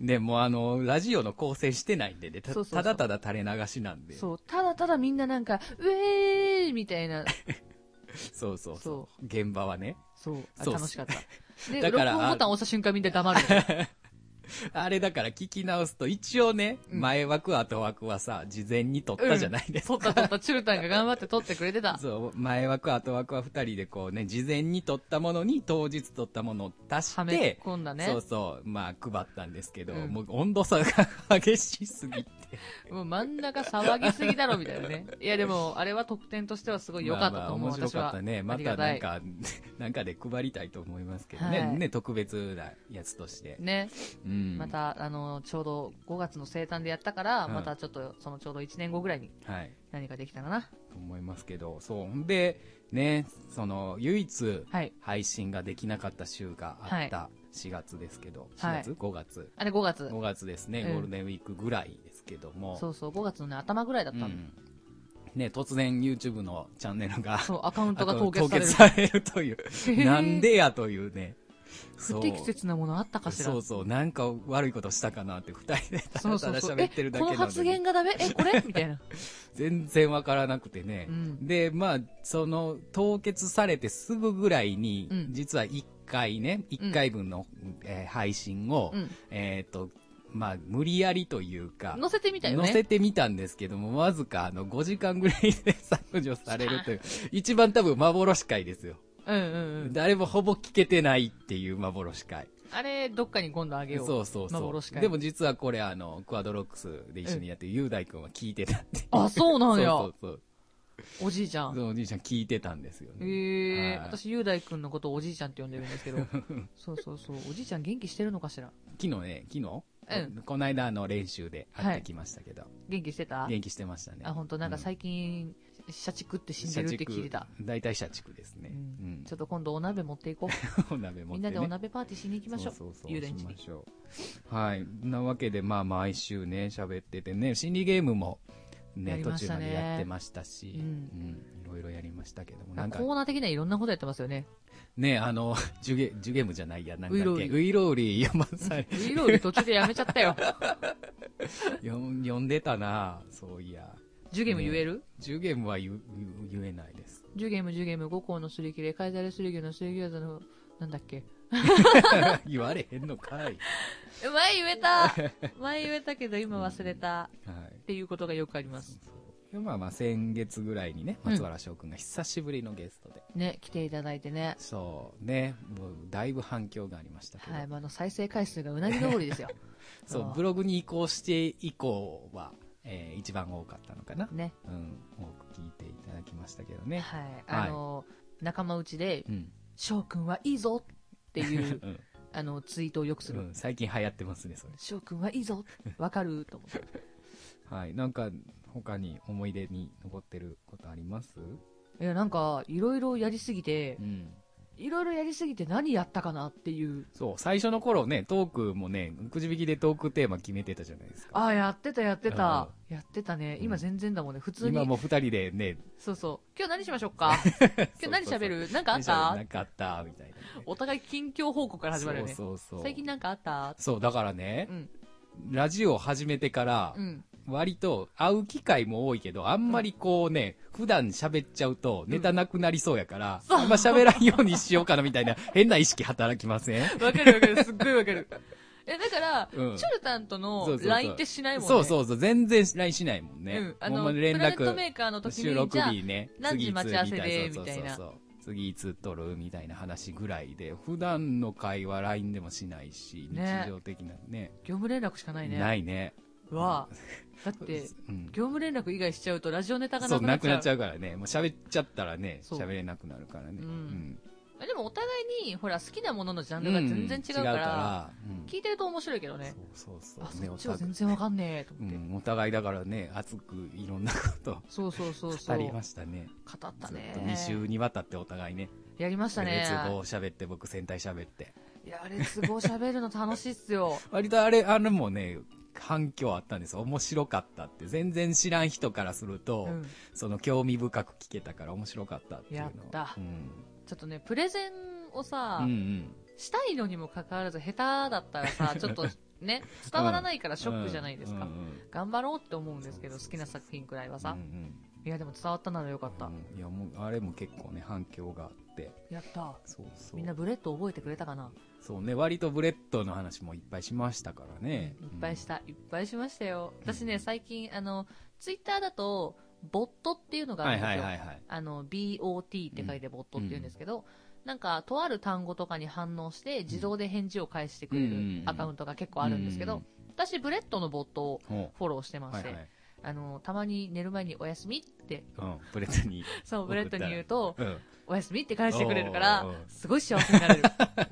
Speaker 2: で、もうあの、ラジオの構成してないんでね、た
Speaker 3: そうそうそう
Speaker 2: ただただ垂れ流しなんで。
Speaker 3: そう。ただただみんななんか、ウェーイみたいな、
Speaker 2: そうそうそう。現場はね。
Speaker 3: そう。あ
Speaker 2: そうっ
Speaker 3: 楽
Speaker 2: す
Speaker 3: しか った。で、
Speaker 2: だ
Speaker 3: 録
Speaker 2: か
Speaker 3: 音
Speaker 2: ら
Speaker 3: ボタン押した瞬間みんな黙るんだよ。
Speaker 2: あれだから聞き直すと、一応ね、
Speaker 3: うん
Speaker 2: 前枠後枠はさ、事前に撮ったじゃないですか。
Speaker 3: 撮った撮った、チュルタンが頑張って撮ってくれてた。
Speaker 2: そう、前枠、後枠は二人でこうね、事前に撮ったものに当日撮ったものを足
Speaker 3: は
Speaker 2: し
Speaker 3: め
Speaker 2: て、
Speaker 3: 込んだね
Speaker 2: そう。そう、まあ配ったんですけど、
Speaker 3: うん
Speaker 2: もう温度差が激しすぎて。
Speaker 3: もう真ん中騒ぎすぎだろ、みたいなね。いや、でも、あれは得点としてはすごい良かったと思う、
Speaker 2: まあまあ面
Speaker 3: 私
Speaker 2: 白かっ
Speaker 3: は。
Speaker 2: たね。ま
Speaker 3: ありが
Speaker 2: た
Speaker 3: た
Speaker 2: なん
Speaker 3: い。
Speaker 2: か、 なんかで配りたいと思いますけどね。
Speaker 3: はい
Speaker 2: ね、特別なやつとして。
Speaker 3: ね。
Speaker 2: うん。
Speaker 3: ま。た、あの、ちょうど5月の生誕でやったから、
Speaker 2: うん
Speaker 3: またちょっと、そのちょうど1年後ぐらいに
Speaker 2: はい。
Speaker 3: 何かできたらな。
Speaker 2: と思いますけど、そう。ほんで、ね、その、唯一、
Speaker 3: はい。
Speaker 2: 配信ができなかった週があった4月ですけど、
Speaker 3: は
Speaker 2: 4
Speaker 3: い
Speaker 2: 月、5月。
Speaker 3: あれ5月。
Speaker 2: 5月ですね、
Speaker 3: うん
Speaker 2: ゴールデンウィークぐらいですけども。
Speaker 3: そうそう、5月のね、頭ぐらいだった
Speaker 2: う
Speaker 3: の。
Speaker 2: んね、突然 YouTube のチャンネルが、
Speaker 3: そう、アカウントが
Speaker 2: あの
Speaker 3: 凍結される。
Speaker 2: されるという。
Speaker 3: へー
Speaker 2: なんでやというね。
Speaker 3: 不適切なものあったかしら
Speaker 2: そう。そう、なんか悪いことしたかなって二人でた
Speaker 3: そう
Speaker 2: だ
Speaker 3: そ
Speaker 2: た
Speaker 3: う
Speaker 2: だ
Speaker 3: そう。
Speaker 2: 喋ってるだけな
Speaker 3: えこの発言がダメえ、これみたいな。
Speaker 2: 全然わからなくてね
Speaker 3: う。ん。
Speaker 2: で、まあ、その、凍結されてすぐぐらいに、
Speaker 3: うん
Speaker 2: 実は一回ね、一回分の、えー配信を、
Speaker 3: うん。
Speaker 2: えっ、と、まあ、無理やりというか、
Speaker 3: 載せてみたよ
Speaker 2: 載
Speaker 3: ね
Speaker 2: せ。てみたんですけども、わずかあの5時間ぐらいで削除されるという、一番多分幻回ですよ。
Speaker 3: うんうんうん。
Speaker 2: 誰もほぼ聞けてないっていう幻回。
Speaker 3: あれ、どっかに今度あげよう。
Speaker 2: そうそう
Speaker 3: 幻
Speaker 2: そ
Speaker 3: 回
Speaker 2: う。でも実はこれあの、クアドロックスで一緒にやってる雄大君は聞いてたって。
Speaker 3: あ、そうな
Speaker 2: そ
Speaker 3: ん
Speaker 2: う
Speaker 3: や。
Speaker 2: そうそう。
Speaker 3: おじいちゃ
Speaker 2: そ
Speaker 3: ん。
Speaker 2: のおじいちゃん聞いてたんですよね。
Speaker 3: へえ、
Speaker 2: はい
Speaker 3: 私、雄大くんのことをおじいちゃんって呼んでるんですけ ど。そうそうそう。おじいちゃん元気してるのかしら
Speaker 2: 昨日ね、昨日、
Speaker 3: うん
Speaker 2: この間あの練習で会ってきましたけど、
Speaker 3: 元気してた
Speaker 2: 元気してましたね。
Speaker 3: あ、本当なんか最近、社畜って死んでるって聞いてた。
Speaker 2: うん。大体社畜ですね。
Speaker 3: う
Speaker 2: うんん。
Speaker 3: ちょっと今度お鍋持っていこ う。
Speaker 2: お鍋持
Speaker 3: み
Speaker 2: ってね
Speaker 3: んなでお鍋パーティーしに行きましょう。
Speaker 2: そうそうそう
Speaker 3: 雄大んち
Speaker 2: しま
Speaker 3: に。
Speaker 2: しょうはい。なわけで、まあ、毎週ね、喋っててね、心理ゲームも、
Speaker 3: や
Speaker 2: ね、
Speaker 3: り
Speaker 2: 途
Speaker 3: まし
Speaker 2: 中
Speaker 3: た
Speaker 2: ま
Speaker 3: ね
Speaker 2: でやってましたし、
Speaker 3: うん
Speaker 2: うんいろいろやりましたけども、
Speaker 3: あ
Speaker 2: なんか
Speaker 3: コ、ーナー的にはいろんなことやってますよね。
Speaker 2: ね、あの、 ジュゲ、ジュゲームじゃないや、なんだっ
Speaker 3: ウ
Speaker 2: け、
Speaker 3: イロウリ
Speaker 2: ウイロウリ読ま され、
Speaker 3: ウイロウリ途中でやめちゃ ったよ。
Speaker 2: 読ん読んでたなそういや。
Speaker 3: ジュゲーム言える
Speaker 2: ジュゲームは言う言う言えないです。
Speaker 3: ジュゲーム、ジュゲーム、五行のすり切れ、貝れすり牛のすり餃子の、なんだっけ。
Speaker 2: 言われへんのかい。はい。
Speaker 3: 前言えた前言えたけど今忘れた。っていうことがよくあります。
Speaker 2: でまあまあ、先月ぐらいにね、
Speaker 3: うん
Speaker 2: 松原翔くんが久しぶりのゲストで、
Speaker 3: ね、来ていただいてね。
Speaker 2: そうね、もうだいぶ反響がありましたけど、
Speaker 3: はい、まああの、再生回数がうなぎ登りですよ。
Speaker 2: そうブログに移行して以降は、えー一番多かったのかな、
Speaker 3: ね。
Speaker 2: うん、多く聞いていただきましたけどね、
Speaker 3: はい。あの、仲間内で、
Speaker 2: うん
Speaker 3: 翔くんはいいぞっていう
Speaker 2: う、ん
Speaker 3: あの、ツイートをよくす
Speaker 2: う
Speaker 3: る。
Speaker 2: ん、最近流行ってますねそれ、
Speaker 3: 翔くんはいいぞわかると思って。
Speaker 2: はい、なんか他に思い出に残ってることあります、
Speaker 3: いや、なんか、いろいろやりすぎて
Speaker 2: う、ん、
Speaker 3: いろいろやりすぎて何やったかなっていう。
Speaker 2: そう最初の頃ねトークもねくじ引きでトークテーマ決めてたじゃないですか
Speaker 3: ああ、やってた、やってた。やってたね。今全然だもんね。普通
Speaker 2: 今
Speaker 3: に。
Speaker 2: もう二人でね
Speaker 3: そうそう。今日何しましょう か今日何喋るなんかあっ
Speaker 2: 喋
Speaker 3: た
Speaker 2: れなかったみたいなね、
Speaker 3: お互い近況報告から始まるよね。
Speaker 2: そうそうそう
Speaker 3: 最近なんかあった
Speaker 2: そうだからね
Speaker 3: う、ん。
Speaker 2: ラジオを始めてから
Speaker 3: う、ん。
Speaker 2: 割と会う機会も多いけど、あんまりこうね、普段喋っちゃうとネタなくなりそうやから、あんま喋らんようにしようかなみたいな 変な意識働きません
Speaker 3: わかるわかる。すっごいわかる。え、だから、
Speaker 2: うん
Speaker 3: チュルタンと
Speaker 2: そう
Speaker 3: の
Speaker 2: そうそう
Speaker 3: LINE ってしないもんね。
Speaker 2: そうそうそう、全然 LINE しないもんね。
Speaker 3: うん。あ
Speaker 2: ほん
Speaker 3: の、
Speaker 2: ま
Speaker 3: プ
Speaker 2: に
Speaker 3: ラ
Speaker 2: 連
Speaker 3: ネットメ
Speaker 2: 絡、
Speaker 3: ーカーの時
Speaker 2: 収
Speaker 3: に、
Speaker 2: 録
Speaker 3: じゃあ
Speaker 2: 日ね、
Speaker 3: 何時待ち合わせで
Speaker 2: 次いつ
Speaker 3: みたいな
Speaker 2: そうそうそうそう次いつ撮るみたいな話ぐらいで、普段の会話 LINE でもしないし、
Speaker 3: ね
Speaker 2: 日常的なね、
Speaker 3: 業務連絡しかないね。
Speaker 2: ないね。
Speaker 3: わあだって、
Speaker 2: うん
Speaker 3: 業務連絡以外しちゃうとラジオネタが
Speaker 2: そ
Speaker 3: な
Speaker 2: う、
Speaker 3: くな
Speaker 2: な
Speaker 3: っ
Speaker 2: く
Speaker 3: ちゃ
Speaker 2: な
Speaker 3: う。
Speaker 2: っちゃうからね。もう喋っちゃったらね、
Speaker 3: そう
Speaker 2: 喋れなくなるからね。
Speaker 3: うん
Speaker 2: うん
Speaker 3: あでもお互いに、ほら、好きなもののジャンルが全然違うから、
Speaker 2: ん違うからうん
Speaker 3: 聞いてると面白いけどね。
Speaker 2: そうそう
Speaker 3: あ、
Speaker 2: そうね
Speaker 3: そっ
Speaker 2: お
Speaker 3: ちは全
Speaker 2: 互い
Speaker 3: 然わかんねえと
Speaker 2: う
Speaker 3: 思って。
Speaker 2: んお互いだからね熱くいろんなことを
Speaker 3: そうそうそうそ
Speaker 2: 語
Speaker 3: う。
Speaker 2: りましたね
Speaker 3: 語った
Speaker 2: ずっ
Speaker 3: ね。
Speaker 2: と2週にわたってお互いね
Speaker 3: やりましたね。
Speaker 2: レツゴー喋って僕戦隊喋って
Speaker 3: いや、レッツゴー喋るの楽しいっすよ。
Speaker 2: 割とあれあれもね反響あったんですよ面白かったって全然知らん人からすると、
Speaker 3: うん。
Speaker 2: その興味深く聞けたから面白かったっていうの
Speaker 3: やった
Speaker 2: うん
Speaker 3: ちょっとね、プレゼンをさ、
Speaker 2: うんうん
Speaker 3: したいのにもかかわらず下手だったら さ、ちょっとね、伝わらないからショックじゃないですか。
Speaker 2: うんうん
Speaker 3: 頑張ろうって思うんですけど、
Speaker 2: そ
Speaker 3: 好
Speaker 2: うそうそう
Speaker 3: きな作品くらいはさ。
Speaker 2: うんうん
Speaker 3: いや、でも伝わったならよかった。
Speaker 2: うんいやもうあれも結構ね反響があって
Speaker 3: やった。
Speaker 2: そうそう
Speaker 3: みんなブレッド覚えてくれたかな、
Speaker 2: そうね、割とブレッドの話もいっぱいしましたからね。。
Speaker 3: いっぱいしたた。いっぱいしましたよ。
Speaker 2: うん
Speaker 3: 私ね、最近、あの、ツイッターだと、ボットっていうのがあ
Speaker 2: は
Speaker 3: る
Speaker 2: い
Speaker 3: んです
Speaker 2: はい
Speaker 3: よ。
Speaker 2: はいはい。
Speaker 3: あの、BOT って書いてボットって言うんですけど、なんか、とある単語とかに反応して、自動で返事を返してくれ
Speaker 2: うんうん
Speaker 3: る
Speaker 2: うん
Speaker 3: アカウントが結構あるんですけど、私、ブレッドのボットを
Speaker 2: うん、ほ
Speaker 3: フォローしてま
Speaker 2: う
Speaker 3: し
Speaker 2: は
Speaker 3: て、
Speaker 2: いはい。
Speaker 3: あの、たまに寝る前におやすみって、
Speaker 2: うん、ブレッドに。
Speaker 3: そう、ブレッドに言うと、
Speaker 2: うん、
Speaker 3: おやすみって返してくれるか
Speaker 2: お
Speaker 3: ら
Speaker 2: うおうおう、
Speaker 3: すごい幸せになれる。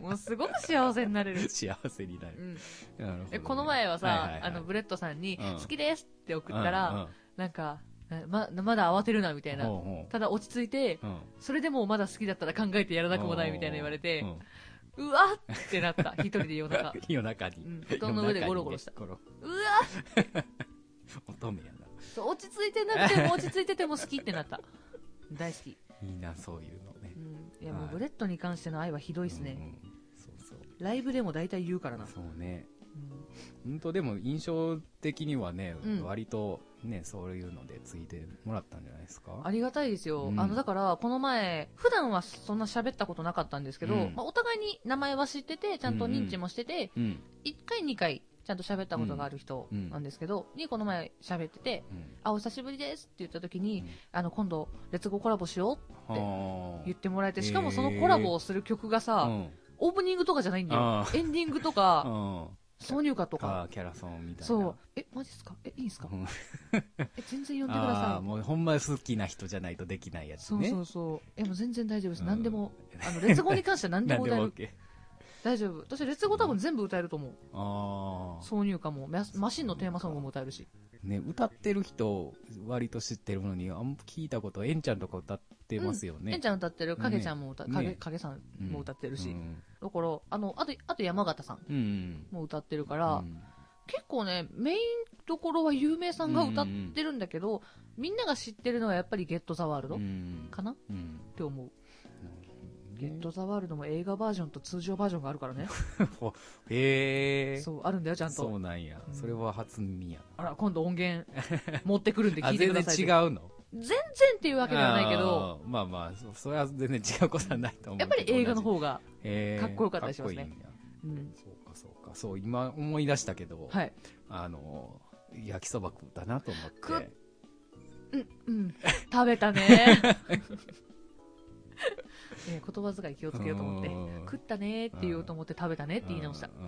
Speaker 3: もうすごく幸せになれ る。
Speaker 2: 幸せにな
Speaker 3: う
Speaker 2: る。
Speaker 3: ん、
Speaker 2: なるほど
Speaker 3: え
Speaker 2: ね
Speaker 3: この前はさ、
Speaker 2: いいい
Speaker 3: あの、ブレッドさんに、
Speaker 2: うん
Speaker 3: 好きですって送ったら、
Speaker 2: うんうん
Speaker 3: なんか、ま、まだ慌てるな、みたいな。
Speaker 2: ほうほう
Speaker 3: ただ落ち着いて、
Speaker 2: うん
Speaker 3: それでもまだ好きだったら考えてやらなくもないみたいな言われて、
Speaker 2: うん
Speaker 3: うわっってな った。一人で夜中。
Speaker 2: 夜中に
Speaker 3: うん。布団の上でゴロゴロした
Speaker 2: 夜中にね。ゴ
Speaker 3: うわ
Speaker 2: ロ乙女やな。
Speaker 3: そう落ち着いてなくても落ち着いてても好きってなった。大好き。
Speaker 2: いいな、そういうのね
Speaker 3: う。ん。いや、もう
Speaker 2: はい
Speaker 3: ブレッドに関しての愛はひどいです
Speaker 2: うんう
Speaker 3: ね。
Speaker 2: ん。そうそう。
Speaker 3: ライブでも大体言うからな。
Speaker 2: そうね。
Speaker 3: うん
Speaker 2: 本当でも印象的にはね、
Speaker 3: うん
Speaker 2: 割とね、そういうのでついてもらったんじゃないですか
Speaker 3: ありがたいですよ。
Speaker 2: うん
Speaker 3: あの、だから、この前、普段はそんな喋ったことなかったんですけど、
Speaker 2: うん
Speaker 3: まあ、お互いに名前は知ってて、ちゃんと認知もしてて、
Speaker 2: うん。
Speaker 3: 1回、2回、ちゃんと喋ったことがある人なんですけど、に、この前喋ってて、
Speaker 2: うん。
Speaker 3: あ、お久しぶりですって言った時に、
Speaker 2: うん
Speaker 3: あの、今度、レッツゴーコラボしよう
Speaker 2: はあ
Speaker 3: 言ってもらえて、しかもそのコラボをする曲がさ、
Speaker 2: うん。
Speaker 3: オープニングとかじゃないんだよ
Speaker 2: あ。
Speaker 3: エンディングと
Speaker 2: う
Speaker 3: か、
Speaker 2: ん。
Speaker 3: 挿入歌とか。
Speaker 2: か、キャラソンみたいな。
Speaker 3: そう。え、マジっすかえ、いいんすか
Speaker 2: うん
Speaker 3: え、全然呼んでくだ
Speaker 2: ああ、
Speaker 3: さい。
Speaker 2: もうほんま好きな人じゃないとできないやつ
Speaker 3: そう
Speaker 2: ね。
Speaker 3: そうそう。え、もう全然大丈夫です。
Speaker 2: うん
Speaker 3: 何で も。あの、レッツゴーに関しては何で
Speaker 2: なん
Speaker 3: も
Speaker 2: で
Speaker 3: 歌え
Speaker 2: も
Speaker 3: る。
Speaker 2: OK。
Speaker 3: 大丈夫。私、レッツゴー多分全部歌えると思う。
Speaker 2: ああ。
Speaker 3: 挿入歌も、ママシンのテーマソングも歌えるし。
Speaker 2: ね、歌ってる人、割と知ってるのに、あんま聞いたこと、えんちゃんとか歌ってますよね。
Speaker 3: えんちゃん歌ってる、かげちゃんも歌、
Speaker 2: ね
Speaker 3: かげ、
Speaker 2: ね
Speaker 3: かげさん
Speaker 2: うん
Speaker 3: も歌ってるし。
Speaker 2: うん。
Speaker 3: だから、あの、あと、あと山形さん
Speaker 2: うんうん。
Speaker 3: も歌ってるか
Speaker 2: う
Speaker 3: ら、
Speaker 2: ん
Speaker 3: 結構ね、メインどころは有名さんが歌ってるんだけど、みんなが知ってるのはやっぱりゲットザワール
Speaker 2: う
Speaker 3: ド
Speaker 2: ん。
Speaker 3: かなっ
Speaker 2: うん。
Speaker 3: て思う。ゲッ
Speaker 2: ト
Speaker 3: トザワールドも映画バージョンと通常バージョンがあるからね。
Speaker 2: へえ。
Speaker 3: そう、あるんだよ、ちゃん
Speaker 2: そ
Speaker 3: と
Speaker 2: う。なんや
Speaker 3: う。ん
Speaker 2: それは初耳や
Speaker 3: あら、今度音源 持ってくるんで
Speaker 2: な。あ、
Speaker 3: 聞いてく
Speaker 2: 全然
Speaker 3: ださい。
Speaker 2: 違
Speaker 3: う。
Speaker 2: うの
Speaker 3: 全然っていうわけではないけど、
Speaker 2: あー。まあまあ、そそれは全然違うことはないと思うけ
Speaker 3: やっ
Speaker 2: ど。
Speaker 3: ぱり映画の
Speaker 2: 同
Speaker 3: 方が、
Speaker 2: じ、へー
Speaker 3: かっこよかったりしますね
Speaker 2: かっこいいんや
Speaker 3: うん。
Speaker 2: そうかそうか。そう、今思い出したけど、
Speaker 3: はい。
Speaker 2: あの、焼きそば食ったなと思
Speaker 3: 食
Speaker 2: っ。
Speaker 3: ってうん、 うん。食べたね。えー言葉遣い気をつけようと思って
Speaker 2: う、ん
Speaker 3: 食ったねーって言おうと思って食べたねって言い直した
Speaker 2: う。んうん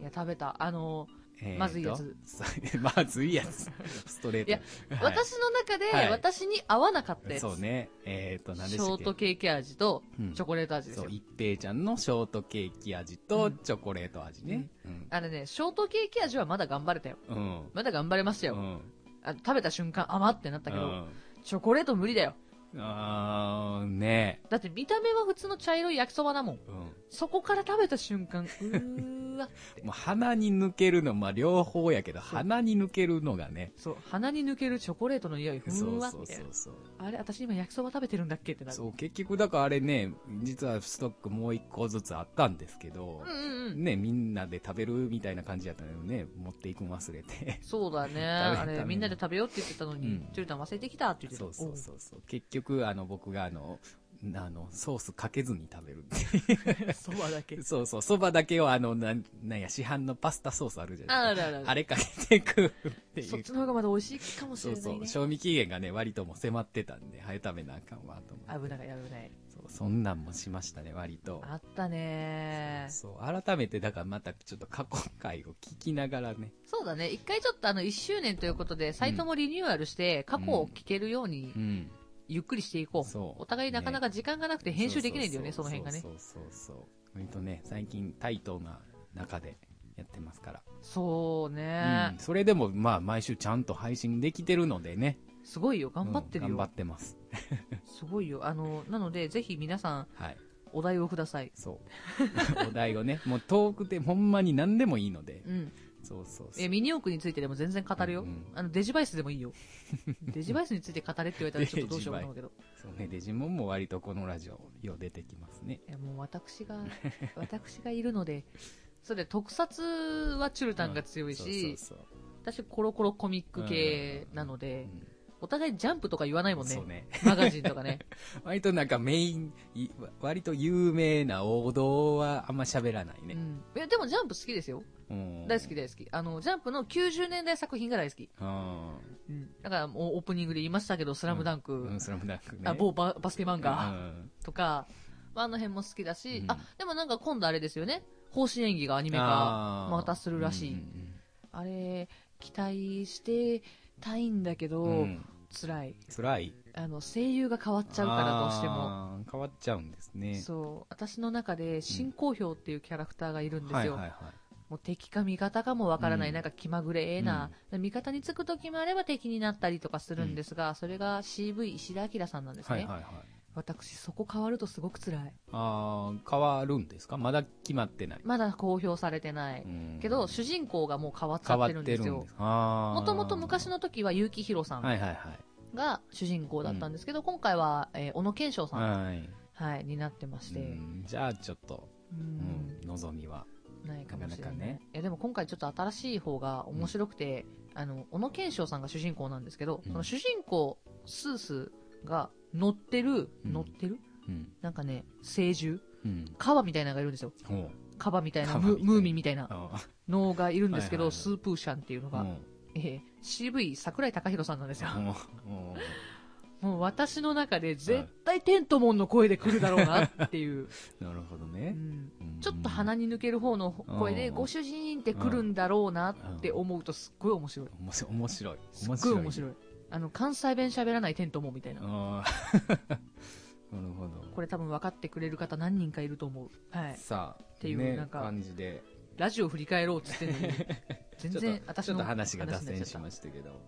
Speaker 3: いや、食べた。あのー、
Speaker 2: えーと
Speaker 3: まずいやつ。
Speaker 2: そう まずいやつ。ストレート。
Speaker 3: いや
Speaker 2: はい、
Speaker 3: 私の中
Speaker 2: はい
Speaker 3: で私に合わなかったやつ、
Speaker 2: そうね。えっ、と、何で
Speaker 3: シ
Speaker 2: した
Speaker 3: ョ
Speaker 2: っけ
Speaker 3: ートケーキ味と
Speaker 2: うん
Speaker 3: チョコレート味です
Speaker 2: そ
Speaker 3: よ、
Speaker 2: う、一平ちゃんのショートケーキ味と
Speaker 3: うん
Speaker 2: チョコレート味ね。うん。
Speaker 3: あれねショートケーキ味はまだ頑張れたよ
Speaker 2: うん。
Speaker 3: まだ頑張れました
Speaker 2: う
Speaker 3: よ、
Speaker 2: ん。
Speaker 3: あ食べた瞬間甘ってなったけど、
Speaker 2: うん
Speaker 3: チョコレート無理だよ
Speaker 2: あー、ね
Speaker 3: だって見た目は普通の茶色い焼きそばだもん
Speaker 2: え。うん。
Speaker 3: そこから食べた瞬間うー わ
Speaker 2: もう鼻に抜けるの、まあ両方やけど、鼻に抜けるのがね。
Speaker 3: そう鼻に抜けるチョコレートの匂いふ
Speaker 2: そ
Speaker 3: ん
Speaker 2: う
Speaker 3: わ
Speaker 2: そ
Speaker 3: っ
Speaker 2: うそ
Speaker 3: て
Speaker 2: うそう。
Speaker 3: あれ私今焼きそば食べてるんだっけってなる
Speaker 2: そう、結局だからあれね、実はストックもう一個ずつあったんですけ
Speaker 3: う、んう
Speaker 2: ど
Speaker 3: んうん
Speaker 2: ね、みんなで食べるみたいな感じやったのにね、持っていくの忘れ て。
Speaker 3: そうだね
Speaker 2: た
Speaker 3: あ
Speaker 2: ね
Speaker 3: れみんなで食べようって言ってたのに、
Speaker 2: うん
Speaker 3: ちょいと忘れてきたって言ってた
Speaker 2: そうそうそうそう。結局、あの、僕があの、あの、ソースかけずに食べるって
Speaker 3: お うそばだけ
Speaker 2: いう。 そうそう、そばだけをあの、なん、なんや、市販のパスタソースあるじゃない
Speaker 3: あ
Speaker 2: で
Speaker 3: らら
Speaker 2: す
Speaker 3: ら
Speaker 2: か。あれかけて食うってい
Speaker 3: そっ
Speaker 2: う。
Speaker 3: ちの方がまだ美味しいかもし
Speaker 2: そ
Speaker 3: れ
Speaker 2: う
Speaker 3: ない、ね。
Speaker 2: そう、賞味期限がね、割ともう迫ってたんで、早食べなあかんわ、と思って。
Speaker 3: 危ない危ない。
Speaker 2: そう、そんなんもしましたね、割と。
Speaker 3: あったねそ
Speaker 2: そう、改めて、だからまたちょっと過去回を聞きながらね。
Speaker 3: うだね。一回ちょっとあの1周年ということで、サイトもリニューアルして、過去を聞けるように
Speaker 2: うん。
Speaker 3: ゆっくりしていこう。
Speaker 2: そう
Speaker 3: お互いなかなか時間がなくて編集できないんだよね、そ
Speaker 2: そうそう
Speaker 3: の辺がね。
Speaker 2: そ
Speaker 3: そう
Speaker 2: うそうそうそう。割とね、最近、タイトな中でやってますから。
Speaker 3: ね、
Speaker 2: うん、それでもまあ毎週ちゃんと配信できてるのでね
Speaker 3: すごいよ。頑張ってる
Speaker 2: うん
Speaker 3: よ。
Speaker 2: 頑張ってます
Speaker 3: すごいよ。あの、なので、ぜひ皆さん、
Speaker 2: はい
Speaker 3: お題をください。
Speaker 2: そうお題をねもう 遠くてほんまに何でもいいので
Speaker 3: うん。
Speaker 2: そうそうそう
Speaker 3: え、ミニオークについてでも全然語るよ。
Speaker 2: うんうん
Speaker 3: あの、デジバイスでもいいよ。デジバイスについて語れって言われたらちょっとどうしようかと思うけど。
Speaker 2: そうねデジモンも割とこのラジオよう出てきますね
Speaker 3: いやもう私が 私がいるのでそれで特撮はチュルタンが強いし、
Speaker 2: そうそう
Speaker 3: 私コロコロコミック系なの
Speaker 2: そう、
Speaker 3: で、
Speaker 2: うん
Speaker 3: お互いジャンプとか言わないもんね
Speaker 2: そうね
Speaker 3: マガジンとかね
Speaker 2: 割となんかメインい割と有名な王道はあんま喋らないう ね、
Speaker 3: ん、いやでもジャンプ好きですよ
Speaker 2: うん
Speaker 3: 大好き大好きあのジャンプの90年代作品が大好き、
Speaker 2: うん
Speaker 3: だからもうオープニングで言いましたけど「スラムダンク、
Speaker 2: うんスラムダンクね
Speaker 3: あ某ババスケ漫
Speaker 2: う
Speaker 3: 画
Speaker 2: ん
Speaker 3: とか、まあ、あの辺も好きだし、
Speaker 2: うん
Speaker 3: あでもなんか今度あれですよね方針演技がアニメ化
Speaker 2: あー
Speaker 3: またするらしい、
Speaker 2: うんうん
Speaker 3: あれ、期待してたいんだけど、
Speaker 2: うんうん
Speaker 3: 辛い。
Speaker 2: 辛い
Speaker 3: あの、声優が変わっちゃうからどうしても。
Speaker 2: あー変わっちゃうんですね
Speaker 3: そう。私の中で、新公表っていうキャラクターがいるんですよ。
Speaker 2: はいはいはい
Speaker 3: もう敵か味方かもわからない、
Speaker 2: うん
Speaker 3: なんか気まぐれな、味方につく時もあれば敵になったりとかするんですが、それが CV 石田明さんなんですね。
Speaker 2: はいはいはい
Speaker 3: 私、そこ変わるとすごく辛い。
Speaker 2: あー変わるんですかまだ決まってない。
Speaker 3: まだ公表されてない。
Speaker 2: うん
Speaker 3: けど、主人公がもう変わっちゃ
Speaker 2: 変
Speaker 3: っ
Speaker 2: わ
Speaker 3: てる
Speaker 2: っ
Speaker 3: ん
Speaker 2: て
Speaker 3: で
Speaker 2: る
Speaker 3: す
Speaker 2: ん
Speaker 3: よ
Speaker 2: です。。あー
Speaker 3: もともと昔の時は結城宏さん
Speaker 2: はいはいは
Speaker 3: が主人公だったんですけど、今回は、えー小野賢章さん、
Speaker 2: い。はい。
Speaker 3: はい、になってまして、
Speaker 2: うんじゃあちょっと、
Speaker 3: う
Speaker 2: うんん、望みは。
Speaker 3: ないかもしれな。
Speaker 2: ないかなかね
Speaker 3: いやでも今回ちょっと新しい方が面白くて、あの、小野賢章さんが主人公なんですけど、
Speaker 2: うん
Speaker 3: その主人公、スースーが乗ってる、
Speaker 2: うん
Speaker 3: 乗ってる
Speaker 2: うん。
Speaker 3: なんかね、聖獣
Speaker 2: うん。
Speaker 3: カバみたいなのがいるんですよ。
Speaker 2: ほう。
Speaker 3: カバみたいな、
Speaker 2: カバみ
Speaker 3: ム
Speaker 2: たいな
Speaker 3: ムーミンみたいな
Speaker 2: あ
Speaker 3: のがいるんですけど、
Speaker 2: はいはいはい
Speaker 3: スープーシャンっていうの
Speaker 2: ー
Speaker 3: が、
Speaker 2: も
Speaker 3: えー、CV 桜井貴弘さんなんですよ。
Speaker 2: う、もう、もう
Speaker 3: もう私の中で絶対テントモンの声で来るだろうなって いう。
Speaker 2: なるほど
Speaker 3: う
Speaker 2: ね。
Speaker 3: ん
Speaker 2: うん
Speaker 3: ちょっと鼻に抜ける方の声で、
Speaker 2: うん
Speaker 3: ご主人って来るんだろうなって思うとすっごい面白い。
Speaker 2: おもし面白い。
Speaker 3: すっごい面白
Speaker 2: い。
Speaker 3: い。あの、関西弁喋らないテントモンみたいな。
Speaker 2: あ ーなるほど。
Speaker 3: これ多分分かってくれる方何人かいると思う。はい。
Speaker 2: さあ、って
Speaker 3: いうなんか
Speaker 2: 感じで、
Speaker 3: ラジオ振り返ろうって言 ってんのに、全
Speaker 2: ちょっ
Speaker 3: 然
Speaker 2: と
Speaker 3: 私
Speaker 2: ちょ
Speaker 3: の
Speaker 2: っと話が脱線し
Speaker 3: し
Speaker 2: ましたけど、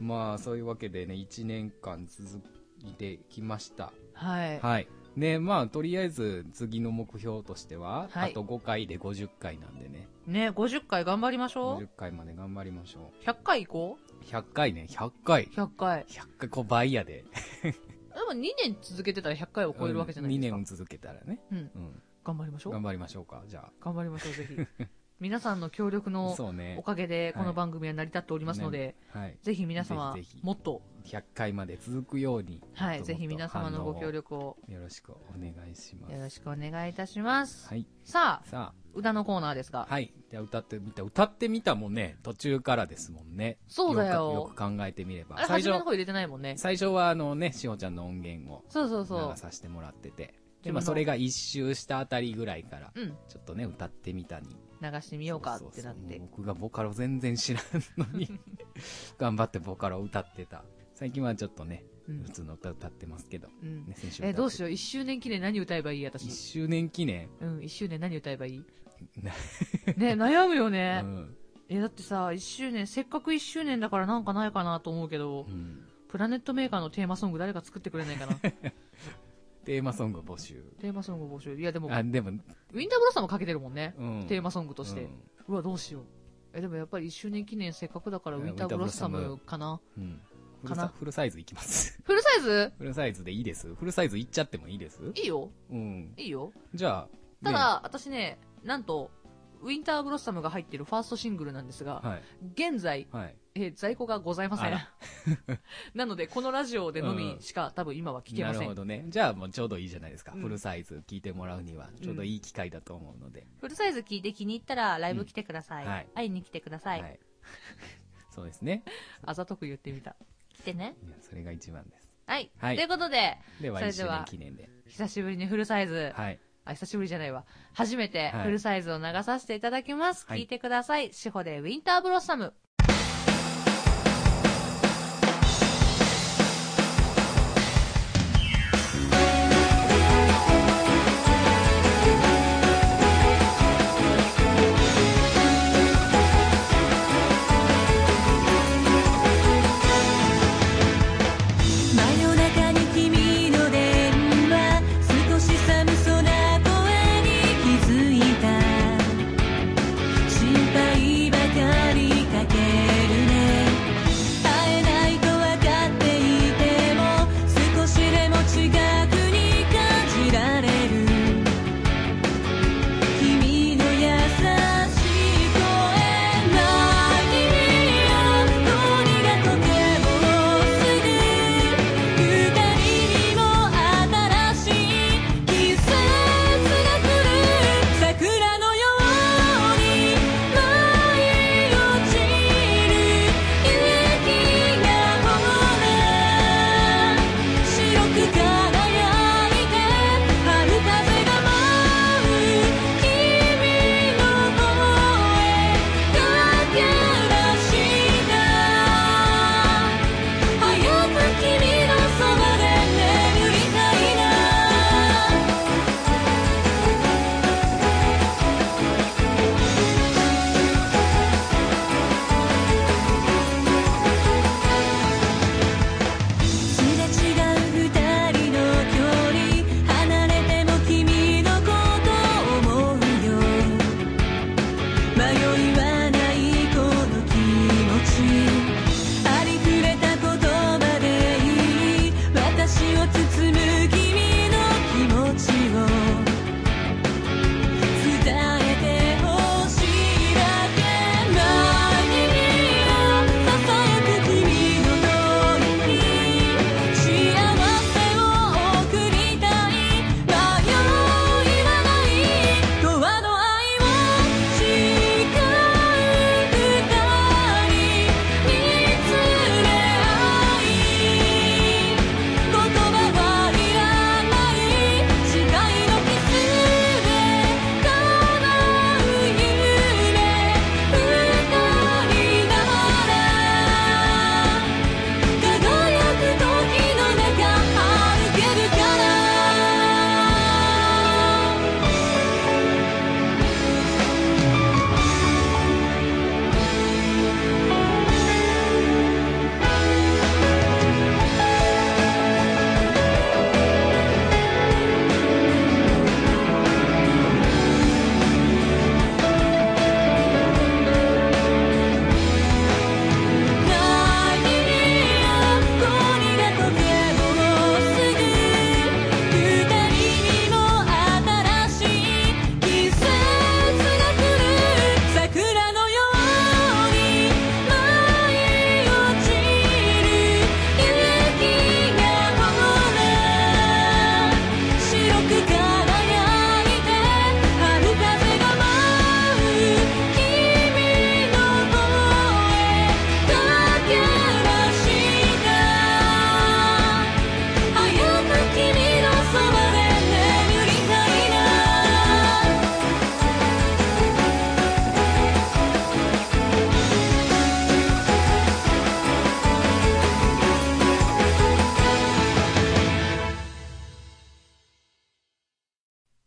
Speaker 2: まあそういうわけでね、1年間続いてきました。
Speaker 3: た。はい。
Speaker 2: はい。ね、まあとりあえず次の目標としては、
Speaker 3: はい
Speaker 2: あと5回で50回なんでね、
Speaker 3: ね、50回頑張りましょ
Speaker 2: 50回まで頑張りましょ
Speaker 3: う。100回行こ
Speaker 2: う。100回ね、100回
Speaker 3: う。?100 回。
Speaker 2: 100回、こう倍やで。
Speaker 3: でも2年続けてたら100回を超えるわけじゃないですか。
Speaker 2: 2年続けたらね。
Speaker 3: うん。
Speaker 2: うん。
Speaker 3: 頑張りましょう。
Speaker 2: 頑張りましょうか、じゃ
Speaker 3: 頑張りましょう、ぜ ひ。皆さんの協力
Speaker 2: あ。
Speaker 3: の
Speaker 2: そうね
Speaker 3: お。かげで、この
Speaker 2: はい
Speaker 3: 番組は成り立っておりますので、
Speaker 2: はい。
Speaker 3: ぜひ皆様、
Speaker 2: ぜひぜひ
Speaker 3: もっと、
Speaker 2: 100回まで続くように、
Speaker 3: はい、
Speaker 2: もっともっと
Speaker 3: ぜひ皆様のご協力を
Speaker 2: 反応をよろしくお願いします。
Speaker 3: よろしくお願いいたします。
Speaker 2: はい。
Speaker 3: さあ、
Speaker 2: さあ、
Speaker 3: 歌のコーナーですが、
Speaker 2: はい。じゃあ歌ってみた。歌ってみたもね、途中からですもんね。
Speaker 3: そうだよ
Speaker 2: よくよく考えてみれば
Speaker 3: あれ、。
Speaker 2: 最
Speaker 3: 初めの
Speaker 2: 初、
Speaker 3: 方入れてないもんね。
Speaker 2: 最初はあのね、しおちゃんの音源を
Speaker 3: そうそう
Speaker 2: 流
Speaker 3: そ
Speaker 2: させてもらってて。
Speaker 3: 自
Speaker 2: で、
Speaker 3: 分の
Speaker 2: まあそれが一周したあたりぐらいから、
Speaker 3: う。うん、
Speaker 2: ちょっとね、歌ってみたに。
Speaker 3: 流してみようかってなっ
Speaker 2: そうそうそう
Speaker 3: て
Speaker 2: もう。僕がボカロ全然知らんの に、頑張ってボカロ歌ってた。最近はちょっとね、
Speaker 3: うん
Speaker 2: 普通の歌歌ってますけど。
Speaker 3: うん
Speaker 2: ね、先週歌っ
Speaker 3: え、
Speaker 2: て
Speaker 3: どうしよう、1周年記念何歌えばいい
Speaker 2: 一
Speaker 3: 私。
Speaker 2: 周年記念。
Speaker 3: うん、1周年何歌えばいい
Speaker 2: な
Speaker 3: ね、悩むよ
Speaker 2: う
Speaker 3: ね。
Speaker 2: ん。
Speaker 3: え、だってさ、1周年、せっかく1周年だからなんかないかなと思うけど
Speaker 2: う、ん
Speaker 3: プラネットメーカーのテーマソング誰か作ってくれないか な。テ
Speaker 2: テーマソング募集。
Speaker 3: ーマソング募集。いや、でも、ウ
Speaker 2: あ、
Speaker 3: ィン
Speaker 2: でも、
Speaker 3: ターブロスさんもかけてるもんね。
Speaker 2: うん。
Speaker 3: テーマソングとして。う
Speaker 2: うん
Speaker 3: わ、どうしよう。え、でもやっぱり1周年記念せっかくだからウィンターブロッサ
Speaker 2: ウィンターブロ
Speaker 3: ムかな。
Speaker 2: うん。フ
Speaker 3: か
Speaker 2: ル
Speaker 3: な
Speaker 2: サフルサイズいきます。
Speaker 3: フルサイズ
Speaker 2: フルサイズでいいです。フルサイズいっちゃってもいいです。
Speaker 3: いいよ。
Speaker 2: うん。
Speaker 3: いいよ。
Speaker 2: じゃあ、
Speaker 3: ただ、私ね、なんと、ウィンターブロッサムが入ってるファーストシングルなんですが、
Speaker 2: ね、はい。
Speaker 3: 現在、
Speaker 2: はい。
Speaker 3: えー在庫がございません
Speaker 2: あ。
Speaker 3: なので、このラジオでのみしか、多分今は聞けま
Speaker 2: な
Speaker 3: せ
Speaker 2: るほ
Speaker 3: ん。
Speaker 2: どね。じゃあもうちょうどいいじゃないですか。
Speaker 3: うん
Speaker 2: フルサイズ聞いてもらうには、ちょうどいい機会だと思うので。
Speaker 3: フルサイズ聞いて気に入ったら、ライブ来てください。
Speaker 2: うんはい
Speaker 3: 会いに来てください。
Speaker 2: はい。 そうですね。
Speaker 3: あざとく言ってみた。来てね。
Speaker 2: いやそれが一番です。
Speaker 3: はい。
Speaker 2: はい
Speaker 3: ということで、
Speaker 2: では、
Speaker 3: それ
Speaker 2: 1
Speaker 3: で
Speaker 2: 周
Speaker 3: は
Speaker 2: 年記念で。
Speaker 3: 久しぶりにフルサイズ、
Speaker 2: はい。
Speaker 3: あ、久しぶりじゃないわ。初めて
Speaker 2: はい
Speaker 3: フルサイズを流させていただきます。
Speaker 2: はい
Speaker 3: 聞いてください。志保でウィンターブロッサム。
Speaker 4: 「真夜中に君の電話」「少し寒そうな声に気づいた」「心配ばかりかけ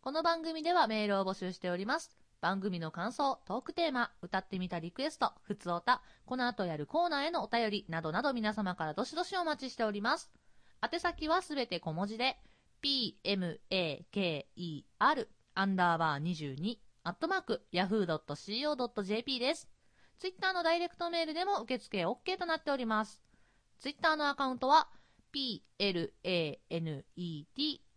Speaker 3: この番組ではメールを募集しております。番組の感想、トークテーマ、歌ってみたリクエスト、ふつおた、この後やるコーナーへのお便りなどなど皆様からどしどしお待ちしております。宛先はすべて小文字で、pmaker アンダーバー22アットマーク yahoo.co.jp です。ツイッターのダイレクトメールでも受付 OK となっております。ツイッターのアカウントは planet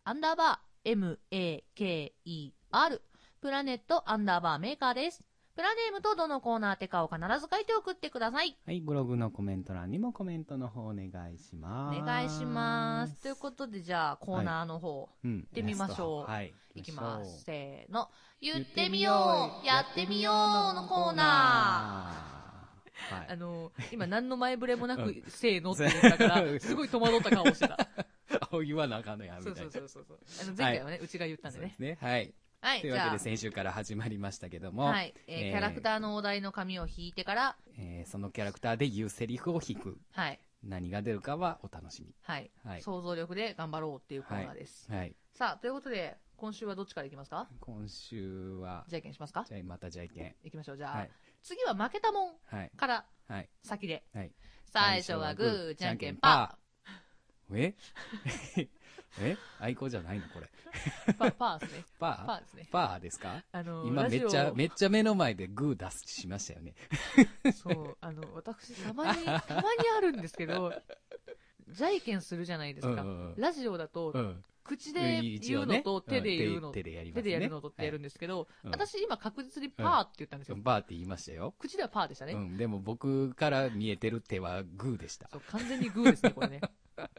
Speaker 3: アンダーバー maker プラネットアンダーバーメーカーです。プラネームとどのコーナーてかを必ず書いて送ってください。
Speaker 2: はい、ブログのコメント欄にもコメントの方お願いし
Speaker 3: お
Speaker 2: ます。
Speaker 3: 願いします。ということで、じゃあコーナーの方。
Speaker 2: うん。行
Speaker 3: ってみましょう
Speaker 2: はい。
Speaker 3: いきま
Speaker 2: 行きしょ
Speaker 3: す。
Speaker 2: う。
Speaker 3: せーの。言ってみようやってみようのコーナ
Speaker 2: ー。は
Speaker 3: ーあ
Speaker 2: い。
Speaker 3: の、今何の前触れもな
Speaker 2: う
Speaker 3: く
Speaker 2: ん、
Speaker 3: せーのって言った か
Speaker 2: う
Speaker 3: ら、
Speaker 2: ん
Speaker 3: すごい戸惑った顔してた。
Speaker 2: あ言わなあかんのや、み
Speaker 3: そ
Speaker 2: たいうな。
Speaker 3: そうそうそう。あの、前回はね、うちが言ったんで
Speaker 2: そうで
Speaker 3: ね
Speaker 2: す。ね。はい。
Speaker 3: はい、
Speaker 2: とい
Speaker 3: じ
Speaker 2: うわけ
Speaker 3: ゃ
Speaker 2: で
Speaker 3: あ。
Speaker 2: 先週から始まりましたけども、
Speaker 3: はい、えー
Speaker 2: えー
Speaker 3: キャラクターのお題の紙を引いてから、
Speaker 2: えーそのキャラクターで言うセリフを引く。
Speaker 3: はい、
Speaker 2: 何が出るかはお楽しみ。
Speaker 3: はい、
Speaker 2: はい。
Speaker 3: 想像力で頑張ろうっていうコーナーです。
Speaker 2: はい。
Speaker 3: さあ、ということで、今週はどっちからいきますか
Speaker 2: 今週は、
Speaker 3: じゃんけんしますか
Speaker 2: じゃあまたじゃいけん。
Speaker 3: いきましょう。じゃあ、
Speaker 2: はい。
Speaker 3: 次は負けたもん
Speaker 2: はい。
Speaker 3: から
Speaker 2: はい。
Speaker 3: 先で。
Speaker 2: はい。
Speaker 3: 最初はグー、じゃんけんパ
Speaker 2: え えアイコじゃないのこれ。
Speaker 3: ー。パー、パーです ね。
Speaker 2: パー
Speaker 3: パーですね。
Speaker 2: パーですか
Speaker 3: あの、
Speaker 2: 今
Speaker 3: ラ
Speaker 2: め
Speaker 3: ジ
Speaker 2: っ
Speaker 3: オ
Speaker 2: ちゃ、めっちゃ目の前でグー出すしましたよね。
Speaker 3: そう、あの、私、たまに、たまにあるんですけ ど、じゃいけんするじゃないです
Speaker 2: う
Speaker 3: か
Speaker 2: んうんうん。
Speaker 3: ラジオだと
Speaker 2: う、ん。
Speaker 3: 口で
Speaker 2: 一
Speaker 3: 言
Speaker 2: 応
Speaker 3: う
Speaker 2: ね
Speaker 3: のと手で言うのと、
Speaker 2: ん手でやります
Speaker 3: 手
Speaker 2: ね。
Speaker 3: でやるのとってやるんですけど、
Speaker 2: うん
Speaker 3: 私今確実にパーって言ったんですよ。
Speaker 2: バーって言いましたよ。
Speaker 3: 口ではパーでしたね。
Speaker 2: うん。でも僕から見えてる手はグーでした。
Speaker 3: そう、完全にグーですね、これ ね。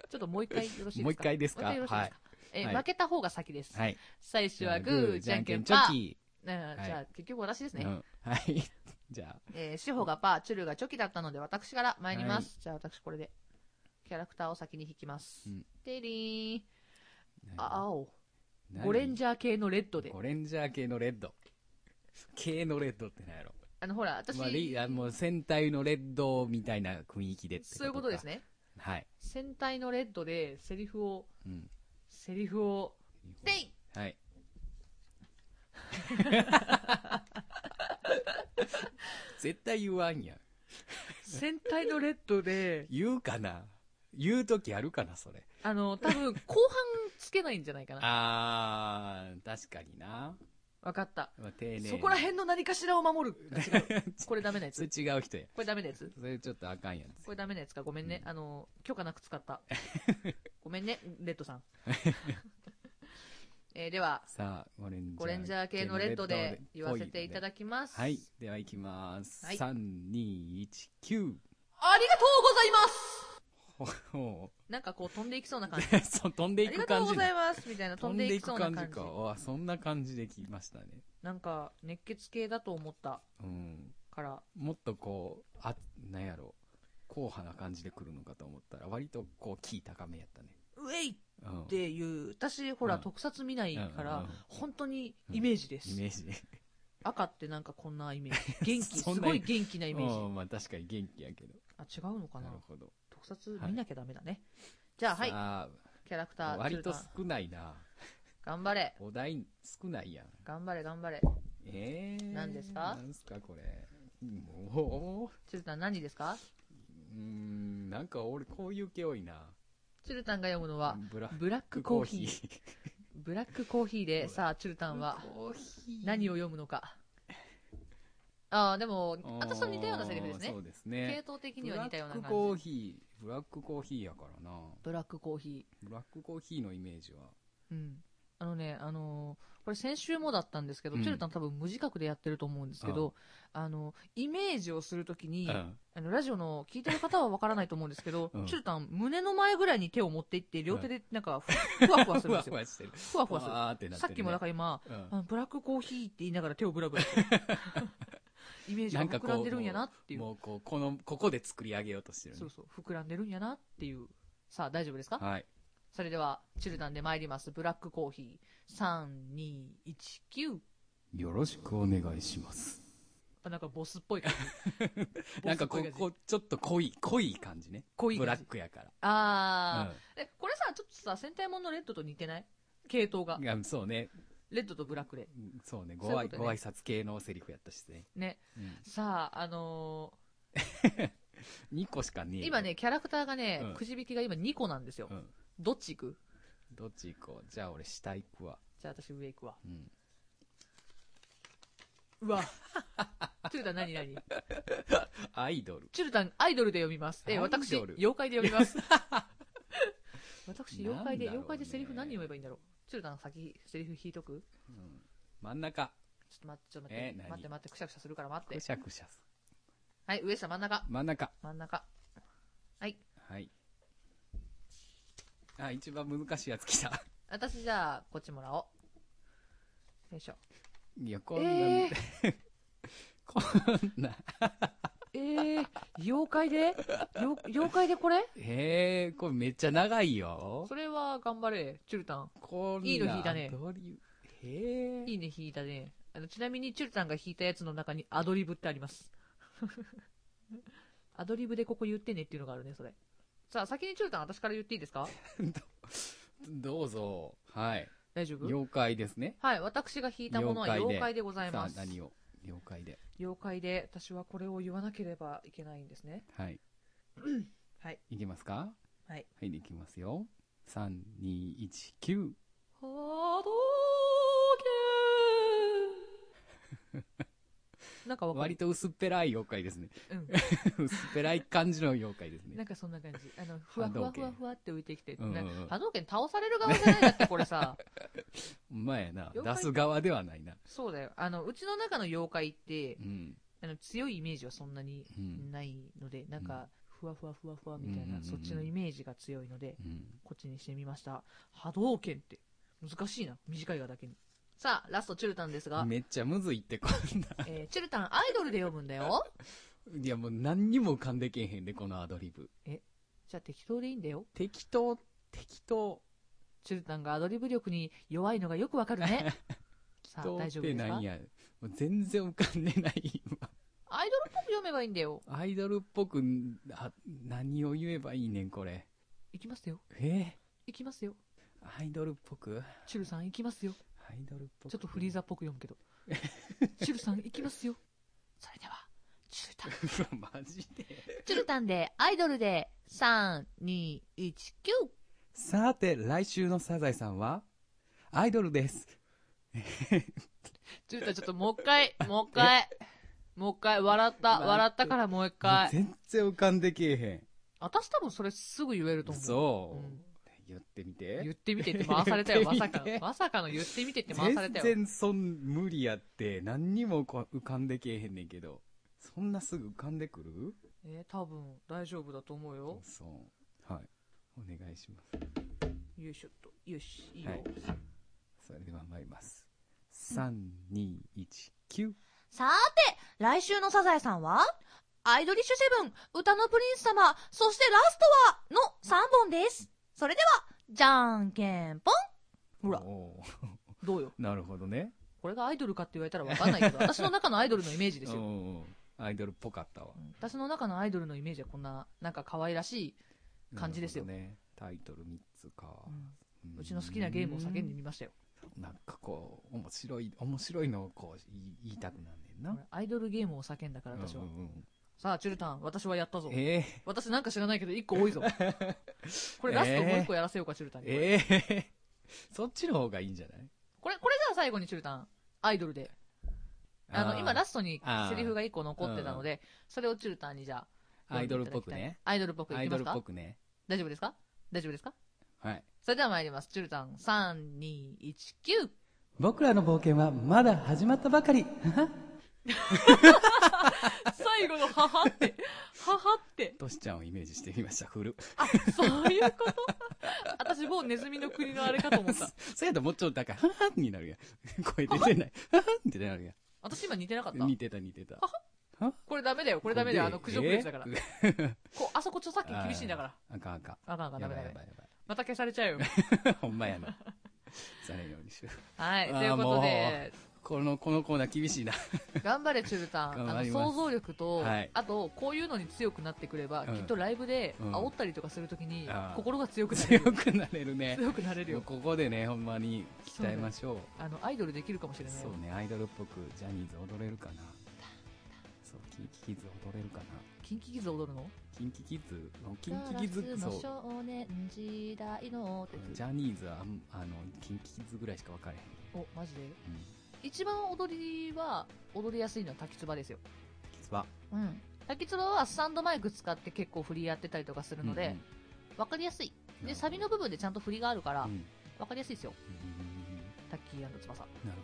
Speaker 3: ちょっともう一回よろしいですか
Speaker 2: もう一回ですか
Speaker 3: もう一よろしいですかえ、
Speaker 2: はい
Speaker 3: 負けた方が先です。
Speaker 2: はい。
Speaker 3: 最初はグー、じゃんけんパー。
Speaker 2: キ
Speaker 3: うん
Speaker 2: はい
Speaker 3: じゃあ、結局私です
Speaker 2: ー。う
Speaker 3: ね。
Speaker 2: ん。はい。 じゃあ、
Speaker 3: えー、志保がパー、チュルがチョキだったので、私から参ります。じゃあ、私これで、キャラクターを先に引きます
Speaker 2: うん。
Speaker 3: てりーん。あ
Speaker 2: 何
Speaker 3: 青。
Speaker 2: 何
Speaker 3: ゴレンジャー系のレッドで。
Speaker 2: ゴレンジャー系のレッド。系のレッドってなんやろ。
Speaker 3: あの、ほら、私、
Speaker 2: まあリ、あもう戦隊のレッドみたいな雰囲気でって
Speaker 3: そういうことです
Speaker 2: ね。
Speaker 3: ね。
Speaker 2: はい。
Speaker 3: 戦隊のレッドで、セリフを、
Speaker 2: うん。
Speaker 3: セリフを、でい
Speaker 2: はい。絶対言わんやん。
Speaker 3: 戦隊のレッドで、
Speaker 2: 言うかな言うときあるかなそれ。
Speaker 3: あの、多分、後半つけないんじゃないかな。
Speaker 2: あー、確かにな。
Speaker 3: わかった。
Speaker 2: まあ、丁寧に
Speaker 3: そこら辺の何かしらを守 る。あ違うこれダメなや
Speaker 2: それ
Speaker 3: つ。
Speaker 2: 違う人や。
Speaker 3: これダメなやつ。
Speaker 2: それちょっとあかんやつ。
Speaker 3: これダメなやつか。ごめんね。あの、許可なく使 った。ごめんね、レッド さん。えーでは、
Speaker 2: さあ、ゴレンジャー。
Speaker 3: ゴレンジャー系のレッドで言わせていた
Speaker 2: き
Speaker 3: だきます。
Speaker 2: はい。では行きます。
Speaker 3: はい
Speaker 2: 3、2、1、9。
Speaker 3: ありがとうございます
Speaker 2: ほほ
Speaker 3: なんかこう飛んでいきそうな感 じ。あ
Speaker 2: そう、 飛んでい
Speaker 3: りが
Speaker 2: く
Speaker 3: とう
Speaker 2: 感
Speaker 3: ご
Speaker 2: じ
Speaker 3: ざい
Speaker 2: ね。
Speaker 3: ますみたいな飛んでいきそうな感じ。
Speaker 2: か。あ、そんな感じできましたね。
Speaker 3: なんか、熱血系だと思った
Speaker 2: うん。
Speaker 3: から。
Speaker 2: もっとこう、あ、なんやろう。硬派な感じで来るのかと思ったら、割とこう、キー高めやったね。
Speaker 3: ウェイっ
Speaker 2: うん。
Speaker 3: ていう、私ほら、
Speaker 2: うん
Speaker 3: 特撮見ないか
Speaker 2: うん
Speaker 3: ら
Speaker 2: うんうん、
Speaker 3: 本当にイメージです。
Speaker 2: イメージね。
Speaker 3: 赤ってなんかこんなイメー ジ。元気、
Speaker 2: そん
Speaker 3: す
Speaker 2: な
Speaker 3: ごい元気なイメージ。
Speaker 2: うん、まあ確かに元気やけど。
Speaker 3: あ、違うのかな
Speaker 2: なるほど。
Speaker 3: 特撮
Speaker 2: はい
Speaker 3: 見なきゃダメだね。じゃあ、はい。
Speaker 2: さ
Speaker 3: キャラクタ
Speaker 2: あ、
Speaker 3: ー、
Speaker 2: 割と
Speaker 3: 鶴さん
Speaker 2: 少ないな。
Speaker 3: 頑張れ。
Speaker 2: お題少ないやん。
Speaker 3: 頑張れ、頑張れ。
Speaker 2: えー。
Speaker 3: 何ですか
Speaker 2: 何ですか、これ。もう。
Speaker 3: 鶴田何ですか
Speaker 2: うーん、なんか俺こういう系多いな。
Speaker 3: 鶴田が読むのは、
Speaker 2: ブラッ
Speaker 3: ブラック
Speaker 2: ク
Speaker 3: コ
Speaker 2: コ
Speaker 3: ー
Speaker 2: ー
Speaker 3: ヒ
Speaker 2: ヒ
Speaker 3: ー。
Speaker 2: ー。
Speaker 3: ブラックコーヒーで、さあ、鶴田は
Speaker 2: コーヒー
Speaker 3: 何を読むのか。ああ、でも、あとその似たようなセリフです
Speaker 2: あー
Speaker 3: ね
Speaker 2: そう。です
Speaker 3: 系
Speaker 2: ね。
Speaker 3: 統的
Speaker 2: ブ
Speaker 3: には
Speaker 2: ラ
Speaker 3: 似たような
Speaker 2: ッ
Speaker 3: 感
Speaker 2: クコー
Speaker 3: じ。
Speaker 2: ヒー、ブラックコーヒーやからな。
Speaker 3: ブラックコーヒ
Speaker 2: ブラックコーヒーのイメージは。
Speaker 3: ー。うん。あのね、あのーこれ先週もだったんですけど、
Speaker 2: うん
Speaker 3: 鶴田多分無自覚でやってると思うんですけど、あの、イメージをするときに、
Speaker 2: うん
Speaker 3: あの、ラジオの聞いてる方はわからないと思うんですけど、
Speaker 2: うん
Speaker 3: チュルタン、胸の前ぐらいに手を持っていって、両手でなんかふ、ふわふわする
Speaker 2: ふ
Speaker 3: んで
Speaker 2: わ
Speaker 3: す
Speaker 2: ふ
Speaker 3: よ。
Speaker 2: わしてる。
Speaker 3: ふわふわする。
Speaker 2: わーってなって
Speaker 3: さ
Speaker 2: るね
Speaker 3: っきもなんか今、
Speaker 2: うん
Speaker 3: あのブラックコーヒーって言いながら手をブラブラ してるイメージが
Speaker 2: なんかこ
Speaker 3: 膨
Speaker 2: う
Speaker 3: らんでるんやなっていう。
Speaker 2: もうこう、この、ここで作り上げようとしてるね
Speaker 3: そうそう、膨らんでるんやなっていう。さあ、大丈夫ですか
Speaker 2: はい。
Speaker 3: それでは、チュルタンで参ります。ブラックコーヒー。3、2、1、9。
Speaker 2: よろしくお願いします。
Speaker 3: あなんかボスっぽい感じ。
Speaker 2: なんか
Speaker 3: ボ
Speaker 2: こ
Speaker 3: スっぽい感じ
Speaker 2: う、こうちょっと濃い、濃い感じね。
Speaker 3: 濃い感じ
Speaker 2: ブラックやから。
Speaker 3: あー、え、これさ、ちょっとさ、戦隊もののレッドと似てない系統が
Speaker 2: うん。い。やそうね。
Speaker 3: レッドとブラックで。
Speaker 2: うんそうね、ご
Speaker 3: そういう
Speaker 2: 挨
Speaker 3: ことね
Speaker 2: ご挨拶系のセリフやったしね。
Speaker 3: ね。
Speaker 2: うん
Speaker 3: さあ、あの
Speaker 2: 2個しかね
Speaker 3: ー
Speaker 2: え。
Speaker 3: 今。ね、キャラクターがね、
Speaker 2: うん
Speaker 3: くじ引きが今2個なんですよ。
Speaker 2: うん。
Speaker 3: どっち行く
Speaker 2: どっち行こう。じゃあ俺下行くわ。
Speaker 3: じゃあ私上行くわ。
Speaker 2: うん。
Speaker 3: う わ。チュルタン何々
Speaker 2: アイドル。
Speaker 3: チュルタン、アイドルで読みます。え、
Speaker 2: アイドル
Speaker 3: 私、妖怪で読み ます。私、妖怪で、
Speaker 2: なんだろ
Speaker 3: 妖
Speaker 2: うね
Speaker 3: 怪でセリフ何言えばいいんだろう。チュルタン先、セリフ引いとく
Speaker 2: うん。真ん中。
Speaker 3: ちょっと待って、ちょっと待
Speaker 2: え
Speaker 3: って、
Speaker 2: 何
Speaker 3: 待って、待って、くしゃくしゃするから待
Speaker 2: く
Speaker 3: って。
Speaker 2: しゃくしゃす。
Speaker 3: はい、上下真ん中。
Speaker 2: 真ん中。
Speaker 3: 真ん中。はい。
Speaker 2: はい。あ、一番難しいやつ来た。
Speaker 3: 私じゃあ、こっちもらおう。 よいしょ。
Speaker 2: いや、こんなん、
Speaker 3: え
Speaker 2: こんな。
Speaker 3: えー、妖怪で妖妖怪でこれ
Speaker 2: えー、これめっちゃ長いよ
Speaker 3: そ。れは頑張れ、チュルタン。
Speaker 2: こんな。
Speaker 3: いいの引いたね
Speaker 2: ドリブへえ。
Speaker 3: いいね、弾いたね。あの、ちなみにチュルタンが弾いたやつの中にアドリブってあります。 アドリブでここ言ってねっていうのがあるね、それ。さあ、先にチュルタン私から言っていいですか
Speaker 2: どうぞ。はい。
Speaker 3: 大丈夫
Speaker 2: 妖怪ですね。
Speaker 3: はい、私が弾いたものは妖
Speaker 2: 妖
Speaker 3: 怪
Speaker 2: 怪
Speaker 3: でござい
Speaker 2: さ
Speaker 3: ま
Speaker 2: あ、
Speaker 3: す。
Speaker 2: 何を。妖怪で。
Speaker 3: 妖怪で、私はこれを言わなければいけないんですね。
Speaker 2: はい。
Speaker 3: はい。
Speaker 2: いきますか
Speaker 3: はい。
Speaker 2: はい、できますよ。3、2、1、9。
Speaker 3: はどけ なんかわか
Speaker 2: 割
Speaker 3: る。
Speaker 2: と薄っぺらい妖怪ですね。
Speaker 3: うん。
Speaker 2: 薄っぺらい感じの妖怪です
Speaker 3: な
Speaker 2: ね
Speaker 3: ん。かそんな感じ。あの、ふわふわ
Speaker 2: 波動
Speaker 3: ふ
Speaker 2: 拳
Speaker 3: わふわって浮いてきて。
Speaker 2: うんうん
Speaker 3: な
Speaker 2: うん
Speaker 3: 波動拳倒される側じゃないだって、これさ。
Speaker 2: うまいやな。
Speaker 3: 妖怪
Speaker 2: 出す側ではないな。
Speaker 3: そうだよ。あの、うちの中の妖怪って
Speaker 2: う、ん。
Speaker 3: あの、強いイメージはそんなに
Speaker 2: うん
Speaker 3: ないので、なんか、ふわふわふわふわみたい
Speaker 2: うんうん
Speaker 3: な、
Speaker 2: うん
Speaker 3: そっちのイメージが強いので、
Speaker 2: うん。
Speaker 3: こっちにしてみました。波動拳って、難しいな。短いがだけに。さあ、ラスト、チュルタンですが、
Speaker 2: めっちゃむずいってこんな。
Speaker 3: えーチュルタン、アイドルで読むんだよ。
Speaker 2: いやもう何にも噛んでけえへんで、このアドリブ。
Speaker 3: じゃあ、適当でいいんだよ。
Speaker 2: 適当、適当。
Speaker 3: チュルタンがアドリブ力に弱いのがよくわかるね。 さあ、
Speaker 2: 適
Speaker 3: 大
Speaker 2: 当
Speaker 3: 丈夫
Speaker 2: っ
Speaker 3: で
Speaker 2: て
Speaker 3: す
Speaker 2: な
Speaker 3: か
Speaker 2: んや。もう全然浮かんでない。今
Speaker 3: アイドルっぽく読めばいいんだよ。
Speaker 2: アイドルっぽく、あ何を言えばいいねん、これ。
Speaker 3: 行きますよ。
Speaker 2: え
Speaker 3: 行きますよ。
Speaker 2: ー、アイドルっぽく
Speaker 3: チュルさん行きますよ。
Speaker 2: アイドルっぽく。
Speaker 3: ちょっとフリー ザっぽく読むけ ど。チュルさん行きますよ。それでは、チュルタン。
Speaker 2: うわマジで。
Speaker 3: チュルタンで、アイドルで、3、2、1、9。
Speaker 2: さて、来週のサザエさんはアイドルです。
Speaker 3: チュルタンちょっともう一回、もう一回。もう一回、笑った、笑ったからもう一回。
Speaker 2: 全然浮かんでけえ
Speaker 3: 私多分それすぐ言える
Speaker 2: へ
Speaker 3: と
Speaker 2: ん。
Speaker 3: 思う。
Speaker 2: そう、
Speaker 3: うん
Speaker 2: 言ってみ。
Speaker 3: 言っててみてって回されたよ、
Speaker 2: 言っ
Speaker 3: ま
Speaker 2: てみ
Speaker 3: さ
Speaker 2: て
Speaker 3: かの。まさかの言ってみてって回され
Speaker 2: 全
Speaker 3: たよ。
Speaker 2: 然そん、無理やって、何にもこ浮かんでけえへんねんけど。そんなすぐ浮かんでくる
Speaker 3: えー、多分大丈夫だと思うよ。
Speaker 2: そう。はい。お願いします。
Speaker 3: よいしょっと。よし、いいよ。
Speaker 2: はいそれでは参ります。3、2、1、9。
Speaker 3: さて、来週のサザエさんはアイドリッシュセブン、歌のプリンス様、そしてラストはの3本です。それでは、じゃんけんぽんほら、
Speaker 2: おー
Speaker 3: どうよ。
Speaker 2: なるほどね。
Speaker 3: これがアイドルかって言われたらわかんないけ ど、私の中のアイドルのイメージですよ。
Speaker 2: おーアイドルっぽかったわ。
Speaker 3: うん私の中のアイドルのイメージはこんな、なんか可愛らしい、感じですよ
Speaker 2: なるほどね。タイトル3つか。
Speaker 3: うちの好きなゲームを叫んでみましたよ。
Speaker 2: なんかこう、面白い、面白いのをこう、い言いたくなんねんな
Speaker 3: ほ。らアイドルゲームを叫んだから私は
Speaker 2: うん。うん
Speaker 3: さあ、チュルタン、私はやったぞ
Speaker 2: うん。ええ
Speaker 3: 私なんか知らないけど1個多い ぞ。これラストもう1個やらせようか、チュルタンに。
Speaker 2: ええ そっちの方がいいんじゃない
Speaker 3: これ、これじゃあ最後にチュルタン、アイドルで。あの、今ラ
Speaker 2: ス
Speaker 3: ストにセリフが1個残ってたので、それをチュルタンにじゃあ、
Speaker 2: アイドルっぽくね。。
Speaker 3: アイドルっぽくい
Speaker 2: ア
Speaker 3: き
Speaker 2: イ
Speaker 3: ま
Speaker 2: ド
Speaker 3: す
Speaker 2: ルっ
Speaker 3: か
Speaker 2: ぽくね。
Speaker 3: 大丈夫ですか大丈夫ですか
Speaker 2: はい。
Speaker 3: それでは参ります。チュルタン、3、2、1、9。
Speaker 2: 僕らの冒険はまだ始まったばかり。
Speaker 3: 最後の母って、母って、
Speaker 2: トシちゃんをイメージしてみました、フル。
Speaker 3: あ、そういうこと 私もうネズミの国のあれかと思った。
Speaker 2: そうやったらもうちょっとだから、ははんになるやん。 声出て ない。ははんってなるや
Speaker 3: 私今似てなかっ
Speaker 2: ん。
Speaker 3: た
Speaker 2: 似てた似てた。
Speaker 3: これダメだよ、これダメだよ、あの
Speaker 2: こ
Speaker 3: 苦
Speaker 2: れで
Speaker 3: 情クイズだから。
Speaker 2: え
Speaker 3: こう、あそこ著作権厳しいんだから。
Speaker 2: あかんあかん。
Speaker 3: あかんあかん、ダメ
Speaker 2: やば
Speaker 3: ダ
Speaker 2: いや
Speaker 3: メ
Speaker 2: ば。いや
Speaker 3: また消されちゃうよ。
Speaker 2: ばい。ほんまやな。されんようにしよう。
Speaker 3: はい、
Speaker 2: あー
Speaker 3: ということで、
Speaker 2: この、このコーナー厳しいな。
Speaker 3: 頑張れ、チュルタン。
Speaker 2: 頑
Speaker 3: あ
Speaker 2: 張
Speaker 3: の、
Speaker 2: ります
Speaker 3: 想像力と、
Speaker 2: はい
Speaker 3: あと、こういうのに強くなってくれば、
Speaker 2: うん
Speaker 3: きっとライブで
Speaker 2: うん
Speaker 3: 煽ったりとかするときに
Speaker 2: あ、ー
Speaker 3: 心が強くなれ
Speaker 2: 強
Speaker 3: る。
Speaker 2: くなれるね。
Speaker 3: 強くなれる
Speaker 2: もう
Speaker 3: よ。
Speaker 2: ここでね、ほんまに鍛えましょう。
Speaker 3: あの、アイドルできるかもしれない
Speaker 2: そ
Speaker 3: よ。
Speaker 2: うね、アイドルっぽくジャニーズ踊れるかな。そう、キンキキッズ踊れるかな。
Speaker 3: キンキキッズ踊るの
Speaker 2: キンキキッズ、キンキキッズ、そう。
Speaker 3: 少年時代のって
Speaker 2: ジャニーズはあんあのキンキキッズぐらいしか分かれへん。
Speaker 3: お、マジで
Speaker 2: うん。
Speaker 3: 一番踊りは、踊りやすいのは滝つばですよ。
Speaker 2: キツバ。
Speaker 3: うん。滝つばはスタンドマイク使って結構振りやってたりとかするので、わ、かりやすい。
Speaker 2: うんう
Speaker 3: で、
Speaker 2: ん
Speaker 3: サビの部分でちゃんと振りがあるから、
Speaker 2: う
Speaker 3: わ
Speaker 2: ん、うん
Speaker 3: かりやすいですよ。タッキー翼。
Speaker 2: なる
Speaker 3: う
Speaker 2: ほ
Speaker 3: ん。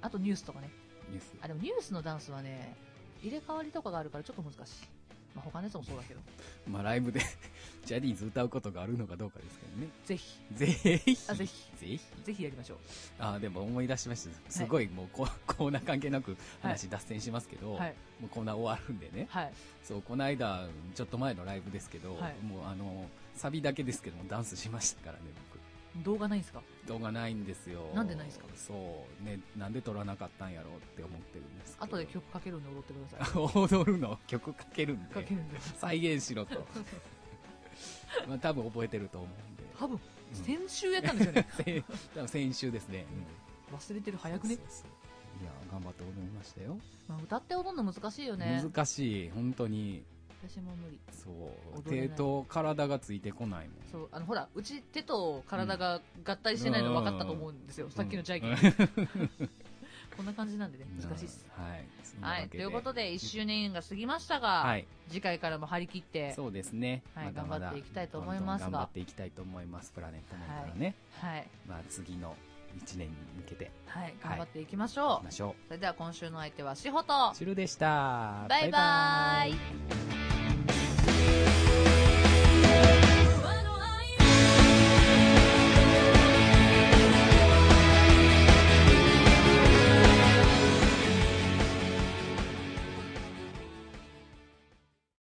Speaker 3: あとニュースとかね。
Speaker 2: どね。ニュース。
Speaker 3: あ、でもニュースのダンスはね、入れ替わりとかがあるからちょっと難しい。まあ他のやつもそうだけど。
Speaker 2: まあライブで ジャニーズ歌うことがあるのかどうかですけどね。
Speaker 3: ぜひ、
Speaker 2: ぜひ。
Speaker 3: あぜ
Speaker 2: ひ。
Speaker 3: ひ、
Speaker 2: ぜひ。
Speaker 3: ぜひやりましょう。
Speaker 2: あ、でも思い出しました。すごいもうこ、 コーナー関係なく話脱線しますけど、
Speaker 3: はい。
Speaker 2: もうコーナー終わるんでね。
Speaker 3: はい。
Speaker 2: そう、この間、ちょっと前のライブですけど、
Speaker 3: はい
Speaker 2: もうあの、サビだけですけども、ダンスしましたからね、僕。
Speaker 3: 動画ないんすか
Speaker 2: 動画ないんですよ。
Speaker 3: なんでないんすか
Speaker 2: そう。ね、なんで撮らなかったんやろうって思ってるんですけど。
Speaker 3: 後で曲かけるんで踊ってくださ
Speaker 2: 踊るの曲かけるん
Speaker 3: い。か
Speaker 2: で
Speaker 3: けるんで。
Speaker 2: 再現し ろとまあ多分覚えてると思うんで
Speaker 3: 多分、
Speaker 2: うん
Speaker 3: 先週やったんですよ ね。
Speaker 2: せ多分先週ですね、
Speaker 3: 忘れてる
Speaker 2: うん
Speaker 3: 早くね
Speaker 2: そう。そうそういや頑張って踊りましたよ、
Speaker 3: まあ歌って踊るの難しいよね。
Speaker 2: 難しい本当に
Speaker 3: 私も無理。
Speaker 2: そう
Speaker 3: 踊れない
Speaker 2: 手と体がついてこないもん
Speaker 3: そう、あの、ほら、うち手と体が合体してないの分かったと思うんですよ。さっきのジャイキ
Speaker 2: うん
Speaker 3: ー。こんな感じなんでね、難しいっす。
Speaker 2: はいそんなわ
Speaker 3: は
Speaker 2: け
Speaker 3: い。ということで、1
Speaker 2: うん
Speaker 3: 周年が過ぎましたが、
Speaker 2: はい
Speaker 3: 次回からも張り切って、
Speaker 2: そうですね、
Speaker 3: はい
Speaker 2: まだまだ
Speaker 3: 頑張っていきたいと思いますが
Speaker 2: どんどん頑張っていきたいと思いますプラネットモンからね、
Speaker 3: はい。
Speaker 2: まあ次の1年に向けて
Speaker 3: はい。頑張っていきましょ。
Speaker 2: いうきましょ
Speaker 3: それでは今週の相手は、しほと、
Speaker 2: うチュルでした
Speaker 3: バイバーイ